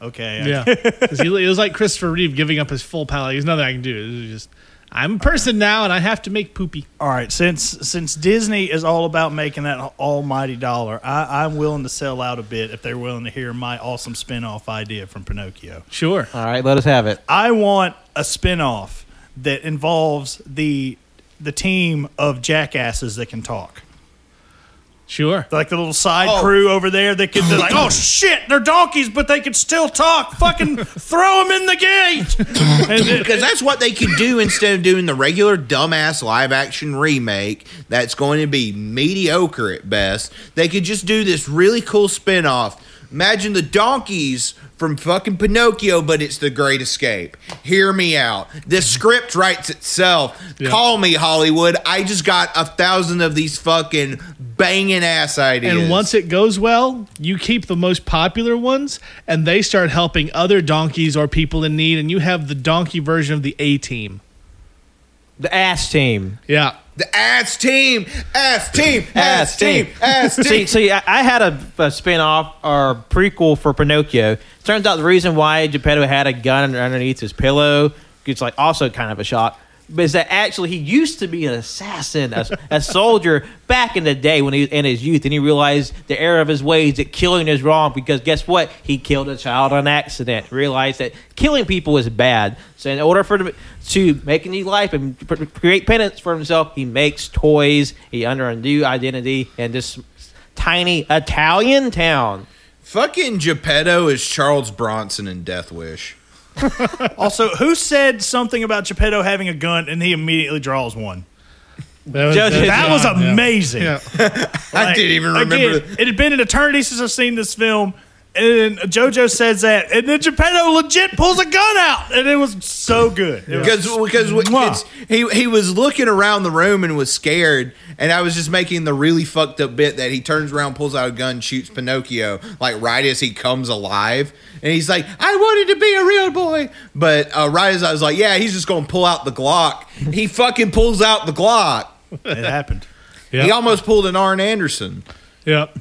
Okay. <laughs> Yeah, <laughs> 'Cause he, it was like Christopher Reeve giving up his full palate. There's nothing I can do. It was just I'm a person now, and I have to make poopy. All right. Since since Disney is all about making that almighty dollar, I, I'm willing to sell out a bit if they're willing to hear my awesome spin-off idea from Pinocchio. Sure. All right, let us have it. I want a spin-off that involves the the team of jackasses that can talk. Sure. Like the little side crew over there that could, they're like, oh shit, they're donkeys, but they can still talk. Fucking <laughs> throw them in the gate. And it- Because that's what they could do instead of doing the regular dumbass live action remake that's going to be mediocre at best. They could just do this really cool spin off. Imagine the donkeys from fucking Pinocchio, but it's the great escape. Hear me out. The script writes itself. Call me Hollywood. I just got a thousand of these fucking banging ass ideas. And once it goes well, you keep the most popular ones and they start helping other donkeys or people in need, and you have the donkey version of the A team. The ass team. Yeah. the ass team, ass team, ass, team, ass <laughs> see, team. see, I, I had a, a spin-off or prequel for Pinocchio. Turns out the reason why Geppetto had a gun underneath his pillow, it's like also kind of a shock, but is that actually he used to be an assassin, a, <laughs> a soldier back in the day when he was in his youth, and he realized the error of his ways that killing is wrong because guess what? He killed a child on accident. Realized that killing people is bad. So in order for him to make a new life and p- create penance for himself, he makes toys. He under a new identity and this tiny Italian town. Fucking Geppetto is Charles Bronson in Death Wish. also, who said something about Geppetto having a gun and he immediately draws one? That was, Judge, that's That was gone, <laughs> yeah. amazing. Yeah. I didn't even remember. Again, it had been an eternity since I've seen this film. and JoJo says that, and then Geppetto legit pulls a gun out, and it was so good. It was- Because because we- Mwah. it's, he he was looking around the room and was scared, and I was just making the really fucked up bit that he turns around, pulls out a gun, shoots Pinocchio like right as he comes alive, and he's like, "I wanted to be a real boy," but uh, right as I was like, "Yeah, he's just gonna pull out the Glock," he fucking pulls out the Glock. it happened. He almost pulled an Arn Anderson. Yep.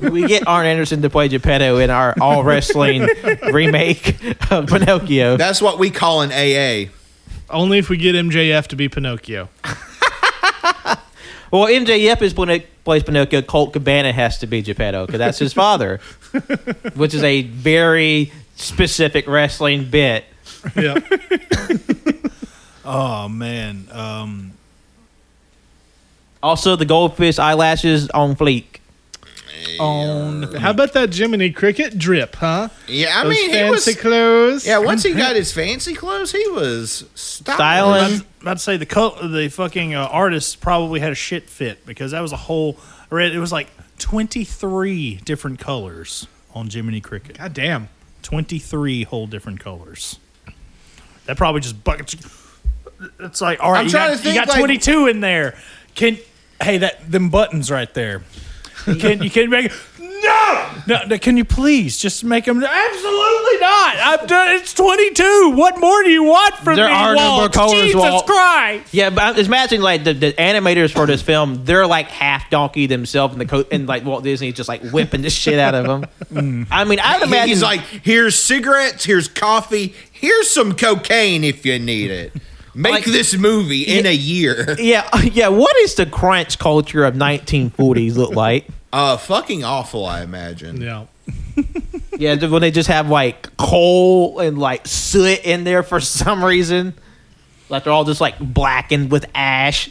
we get Arn Anderson to play Geppetto in our <laughs> all wrestling remake of Pinocchio. That's what we call an AA. Only if we get MJF to be Pinocchio. well, MJF is Pinoc- plays Pinocchio. Colt Cabana has to be Geppetto because that's his father, <laughs> which is a very specific wrestling bit. Yep. <laughs> Oh man, um, Also, the goldfish eyelashes on fleek. How about that Jiminy Cricket drip, huh? Yeah, I Those mean he was. fancy clothes. Yeah, once he got his fancy clothes, he was styling. Styling. I'm about to say the col- the fucking uh, artist probably had a shit fit because that was a whole. I read it was like twenty three different colors on Jiminy Cricket. God damn. Twenty three whole different colors. That probably just buckets. It's like all right, I'm you trying got, to think, you got like- twenty two in there. Can hey that them buttons right there. Can you can make no, no no can you please just make them absolutely not I'm done it's 22 what more do you want from There me are no more Walt? colors, Jesus Walt. Christ <laughs> Yeah, but I'm just imagining like the, the animators for this film, they're like half donkey themselves, and the co- and like Walt Disney just like whipping the shit out of <laughs> them. I mean, I'd Mm. He- imagine He's like, here's cigarettes, here's coffee, here's some cocaine if you need it. Make <laughs> Like- this movie in a year. yeah, <laughs> yeah. What is the crunch culture of 1940s look like? Uh, fucking awful, I imagine. Yeah. yeah, th- when they just have like coal and like soot in there for <laughs> some reason, like they're all just like blackened with ash.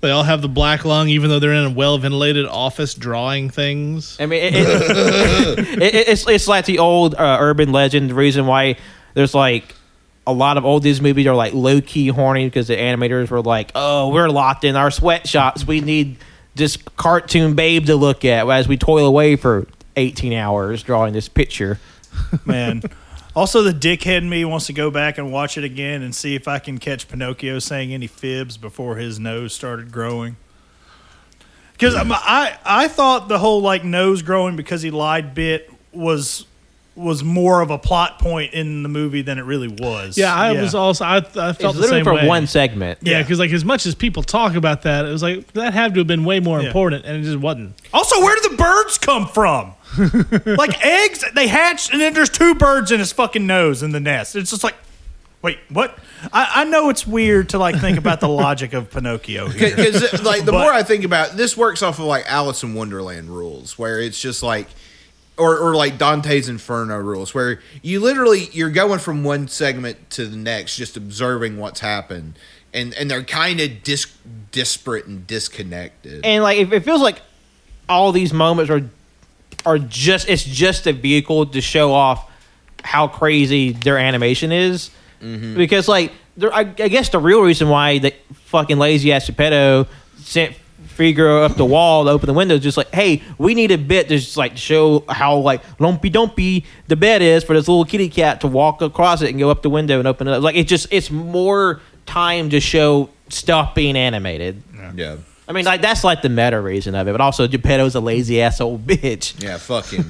They all have the black lung, even though they're in a well ventilated office drawing things. I mean, it, it, it, it's it's like the old uh, urban legend. The reason why there's like a lot of old Disney movies are like low key horny because the animators were like, "Oh, we're locked in our sweatshops. We need this cartoon babe to look at as we toil away for 18 hours drawing this picture." man. <laughs> Also, the dickhead in me wants to go back and watch it again and see if I can catch Pinocchio saying any fibs before his nose started growing. Because I, I thought the whole like nose growing because he lied bit was was more of a plot point in the movie than it really was. Yeah, I was also I, I felt It's the literally same for way. one segment. Yeah, because like as much as people talk about that, it was like that had to have been way more Yeah. important, and it just wasn't. Also, where do the birds come from? like eggs, they hatch, and then there's two birds in his fucking nose in the nest. It's just like, wait, what? I, I know it's weird to like think about the logic <laughs> of Pinocchio here. Because uh, like the But- more I think about it, this, works off of like Alice in Wonderland rules, where it's just like, or or like Dante's Inferno rules, where you literally you're going from one segment to the next, just observing what's happened, and and they're kind of dis- disparate and disconnected. and like it, it feels like all these moments are are just it's just a vehicle to show off how crazy their animation is because like there, I, I guess the real reason why the fucking lazy ass Geppetto sent Figaro up the wall to open the window is just like hey we need a bit to just like show how like lumpy dumpy the bed is for this little kitty cat to walk across it and go up the window and open it up like it just it's more time to show stuff being animated yeah, I mean, like that's like the meta reason of it, but also Geppetto's a lazy ass old bitch. <laughs> yeah, fucking.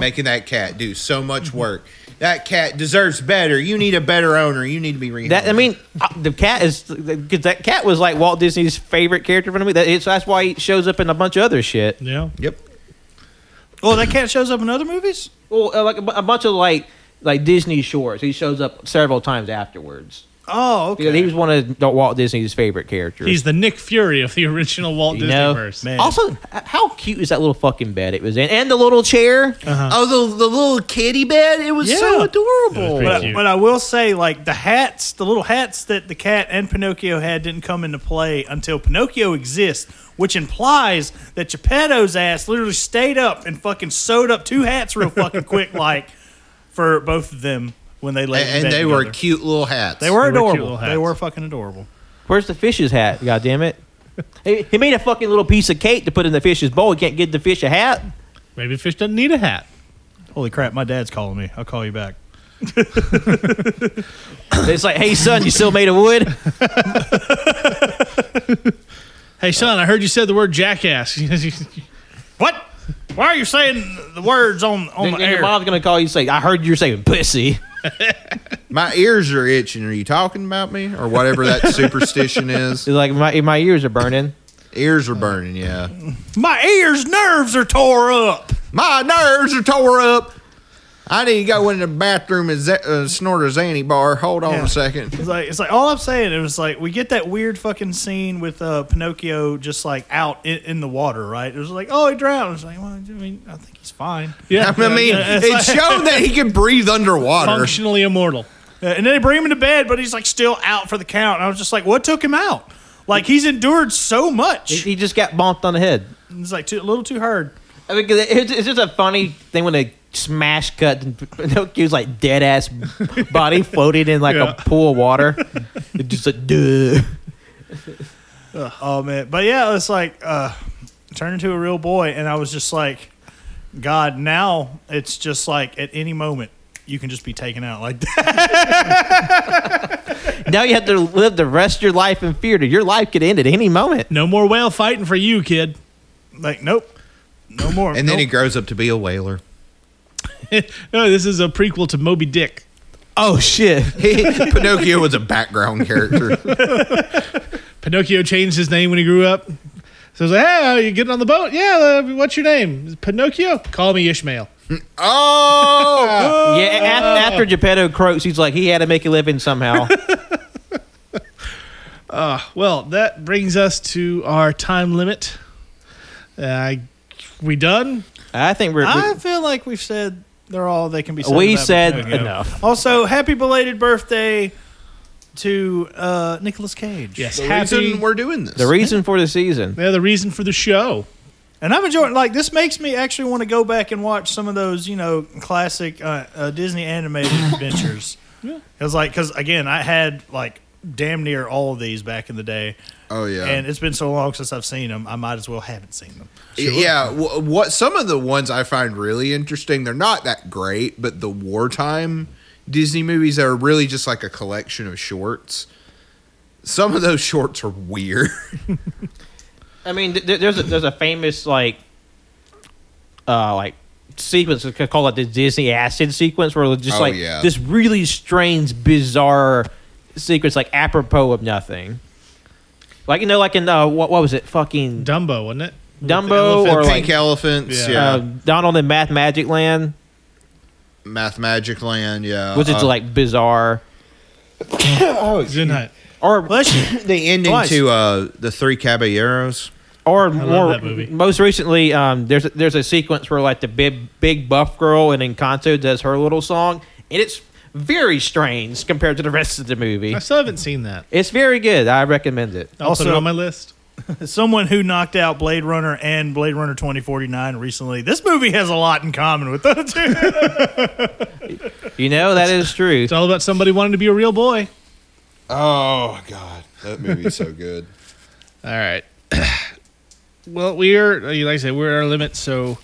making that cat do so much work. That cat deserves better. You need a better owner. You need to be rehomed. That I mean, uh, the cat is because that cat was like Walt Disney's favorite character from the movie. That, it's, that's why he shows up in a bunch of other shit. Yeah, yep. well, that cat shows up in other movies. Well, uh, like a, bu- a bunch of like like Disney shorts. He shows up several times afterwards. Oh, Because okay. he was one of the- Walt Disney's favorite characters. he's the Nick Fury of the original Walt you Disney know? verse. Man. Also, h- how cute is that little fucking bed it was in, and the little chair? Oh, the, the little kitty bed. It was so Yeah. adorable. Uh-huh. It was But, Cute. but I will say, like the hats, the little hats that the cat and Pinocchio had didn't come into play until Pinocchio exists, which implies that Geppetto's ass literally stayed up and fucking sewed up two hats real fucking <laughs> quick, like for both of them when they A- laid. in and, bed they were together. cute little hats. They were They were cute adorable. little they hats. were fucking adorable. Where's the fish's hat? God damn it! he, he made a fucking little piece of cake to put in the fish's bowl. He can't get the fish a hat. Maybe the fish doesn't need a hat. Holy crap, my dad's calling me. I'll call you back. It's like, hey son, you still made of wood? Hey, son, I heard you said the word <laughs> jackass. What? Why are you saying the words on on and the and your air? mom's gonna call you and say, I heard you're saying pussy. My ears are itching. Are you talking about me or whatever <laughs> that superstition is? It's like my my ears are burning. Ears are burning. Yeah, My ears, nerves are tore up. my nerves are tore up. I need to go in the bathroom and za- uh, snort a Xanny bar. Hold on Yeah. a second. It's like it's like all I'm saying. It was like we get that weird fucking scene with uh, Pinocchio just like out in, in the water, right? It was like, oh, he drowned. It's like, well, I mean, I think he's fine. <laughs> yeah, I mean, it showed that he can breathe underwater. functionally immortal. Uh, and then they bring him to bed, but he's like still out for the count. And I was just like, what took him out? Like he's endured so He- much. He just got bonked on the head. It's like too, a little too hard. I mean, 'cause it- it's it's just a funny thing when they smash cut and <laughs> Pinocchio's like dead ass body floating in like Yeah. a pool of water. It's just like, duh. Oh man, but yeah, it's like uh, turned into a real boy, and I was just like, God, now it's just like at any moment you can just be taken out like that. Now you have to live the rest of your life in fear that your life could end at any moment. No more whale fighting for you, kid. Like, nope, no more. And then he nope. grows up to be a whaler. <laughs> <laughs> no, this is a prequel to Moby Dick. Oh shit. Pinocchio was a background character. <laughs> Pinocchio changed his name when he grew up. So he's like, hey, are you getting on the boat? Yeah, uh, what's your name? "It's Pinocchio? Call me Ishmael. Oh, Yeah, a- af- after Geppetto croaks, he's like he had to make a living <laughs> somehow. Well, that brings us to our time limit. Uh, we done? I think we're I we, feel like we've said they're all they can be. Said We about said Pinocchio. enough. Also, happy belated birthday to uh, Nicolas Cage. Yes. the happy. reason we're doing this. the reason for the season. They're the reason for the show. And I'm enjoying. Like this makes me actually want to go back and watch some of those, you know, classic uh, uh, Disney animated adventures. Yeah. Cause like, cause again, I had like damn near all of these back in the day, oh yeah, and it's been so long since I've seen them. I might as well haven't seen them. Yeah, wh- what some of the ones I find really interesting, they're not that great, but the wartime Disney movies are really just like a collection of shorts. Some of those shorts are <laughs> weird. I mean, th- th- there's a, there's a famous like uh like sequence it's called like the Disney acid sequence where it's just Oh, like yeah. this really strange, bizarre sequence like apropos of nothing. Like you know, like in uh, what what was it? Fucking Dumbo, wasn't it? Dumbo or Pink like elephants, Yeah. yeah. uh, Donald and Math Magic Land, Math Magic Land, yeah. which is Uh, like <coughs> bizarre. Oh, Zenheit. Or Bless <coughs> you. the ending Twice. to uh, the Three Caballeros. or love more that movie. most recently um, there's a, there's a sequence where like the big big buff girl in Encanto does her little song and it's very strange compared to the rest of the movie. I still haven't seen that. It's very good. I recommend it. I'll put it Also- on my list. Someone who knocked out Blade Runner and Blade Runner 2049 recently. This movie has a lot in common with those two. You know that is true. It's all about somebody wanting to be a real boy. Oh God, that movie's so good. All <clears throat> right. well, we are, uh, like I said, we're at our limit, so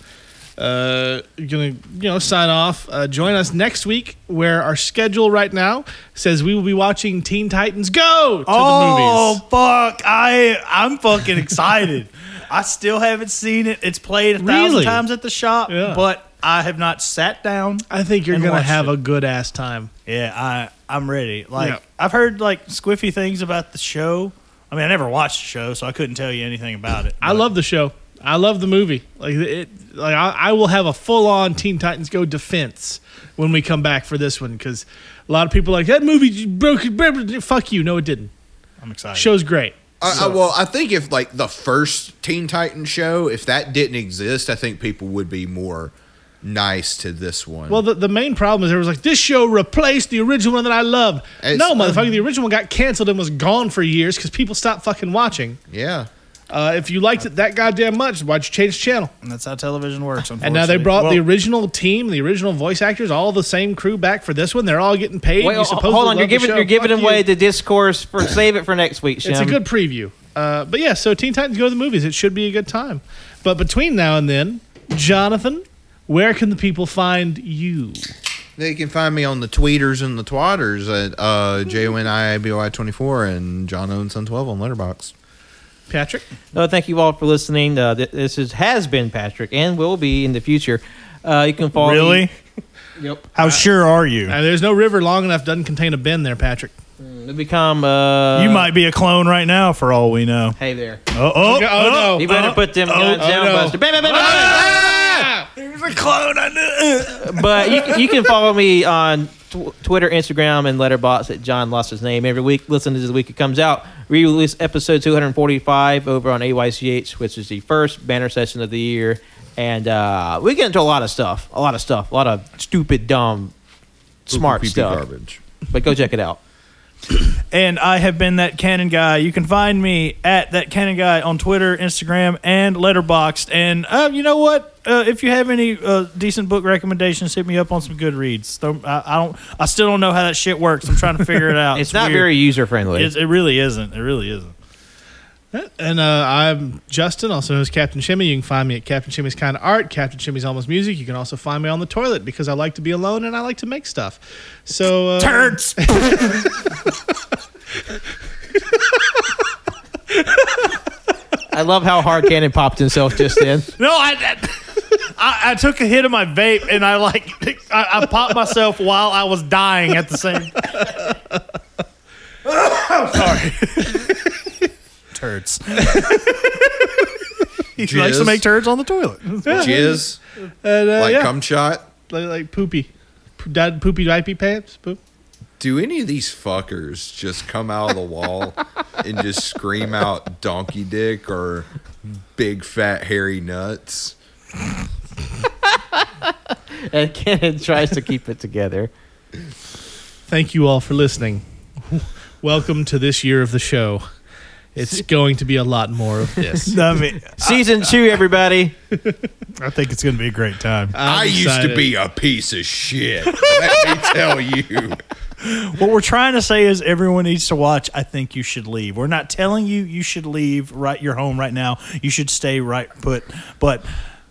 uh gonna you know sign off uh join us next week where our schedule right now says we will be watching teen titans go to oh the movies fuck! I I'm fucking excited. <laughs> I still haven't seen it. It's played a thousand Really? times at the shop, Yeah. but I have not sat down. i think you're And gonna watched have it. a good ass time Yeah, I I'm ready. Like Yeah. I've heard like squiffy things about the show. I mean, I never watched the show, so I couldn't tell you anything about it. i love the show i love the movie like it like i, I will have a full-on teen titans go defense when we come back for this one because a lot of people are like that movie broke fuck you no it didn't I'm excited. show's great <laughs> I, I, well, I think if like the first Teen Titan show, if that didn't exist, I think people would be more nice to this one. Well, the, the main problem is there was like this show replaced the original one that I love. It's- no, motherfucker, the original one got canceled and was gone for years because people stopped fucking watching. yeah. Uh, if you liked it that goddamn much, why'd you change channel? and that's how television works. Unfortunately. And now they brought Well, the original team, the original voice actors, all the same crew back for this one. They're all getting paid. Wait, oh, You supposedly hold on, you're love the giving show. you're giving Fuck you. away the um, discourse for save it for next week, Shim. It's a good preview. Uh, but yeah, so Teen Titans go to the movies. It should be a good time. But between now and then, Jonathan, where can the people find you? They can find me on the tweeters and the twatters at uh, JONIABY24 and John Owen Son 12 on Letterbox. Patrick? No, thank you all for listening. Uh, th- this is, has been Patrick and will be in the future. Uh, you can follow Really? Me. Yep. How sure are you? Uh, there's no river long enough doesn't contain a bend there, Patrick. To become. Uh, you might be a clone right now, for all we know. Hey there. Oh, oh, Oh, oh, no. You better oh, put them guns oh, down, no. Buster. Bam, bam, bam, bam. There's a clone. I knew. but you, you can follow me on tw- Twitter, Instagram, and Letterbox at John Lost His Name every week. Listen to the week it comes out. We release episode 245 over on AYCH, which is the first banner session of the year. And uh, we get into a lot of stuff, a lot of stuff, a lot of stupid, dumb, smart Pee-pee stuff. Garbage. But go check it out. And I have been that cannon guy. You can find me at that cannon guy on Twitter, Instagram, and Letterboxd. And uh, you know what? Uh, if you have any uh, decent book recommendations, hit me up on some Goodreads. Though I, I don't. I still don't know how that shit works. I'm trying to figure it out. <laughs> It's, not weird. very user friendly. It's, it really isn't. It really isn't. <laughs> And uh, I'm Justin, also known as Captain Shimmy. You can find me at Captain Shimmy's Kind of Art, Captain Shimmy's Almost Music. You can also find me on the toilet because I like to be alone and I like to make stuff. So uh, Turds. I love how hard Cannon popped himself just then. No, I, I- I I took a hit of my vape and I like I, I popped myself while I was dying at the same. <laughs> I'm sorry. Turds. he likes to Jizz. make turds on the toilet. <laughs> Jizz. and, uh, Like yeah, cum shot. like, like poopy, P- dad, poopy diaper pants. Poop. Do any of these fuckers just come out of the wall <laughs> and just scream out donkey dick or big fat hairy nuts? And Cannon tries to keep it together. Thank you all for listening. Welcome to this year of the show. <laughs> It's going to be a lot more of this. I mean, <laughs> Season two, everybody. I think it's gonna be a great time. I'm i used to excited. be a piece of shit. Let me tell you. what we're trying to say is everyone needs to watch. I think you should leave. We're not telling you you should leave. Right, your home right now. You should stay right put. But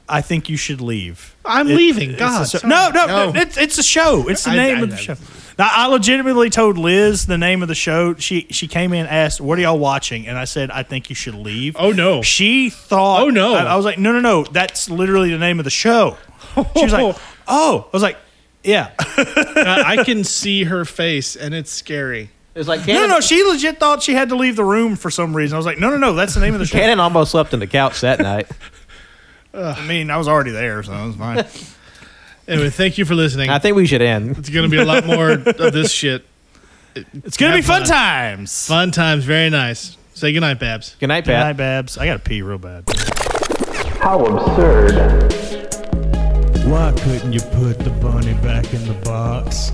I think you should leave. I'm It- leaving. it's God, a show- sorry. no, no, no, It's it's a show. It's the I- name I- of the I- show. Now, I legitimately told Liz the name of the show. She she came in and asked, "What are y'all watching?" And I said, "I think you should leave." Oh, no. She thought. Oh, no. I, I was like, "No, no, no. That's literally the name of the show." She was <laughs> like, "Oh," I was like, "Yeah." I I can <laughs> see her face and it's scary. It's like No, Cannon, no, she legit thought she had to leave the room for some reason. I was like, "No, no, no. That's the name of the show." Cannon almost slept on the couch that night. I mean, I was already there, so it was fine. Anyway, thank you for listening. <laughs> I think we should end. <laughs> It's going to be a <laughs> lot more of this shit. It's gonna be Have fun fun. times. Fun times. Very nice. Say goodnight, Babs. Good night, Good Pat. night, Babs. I gotta pee real bad. Absurd. Why couldn't you put the bunny back in the box?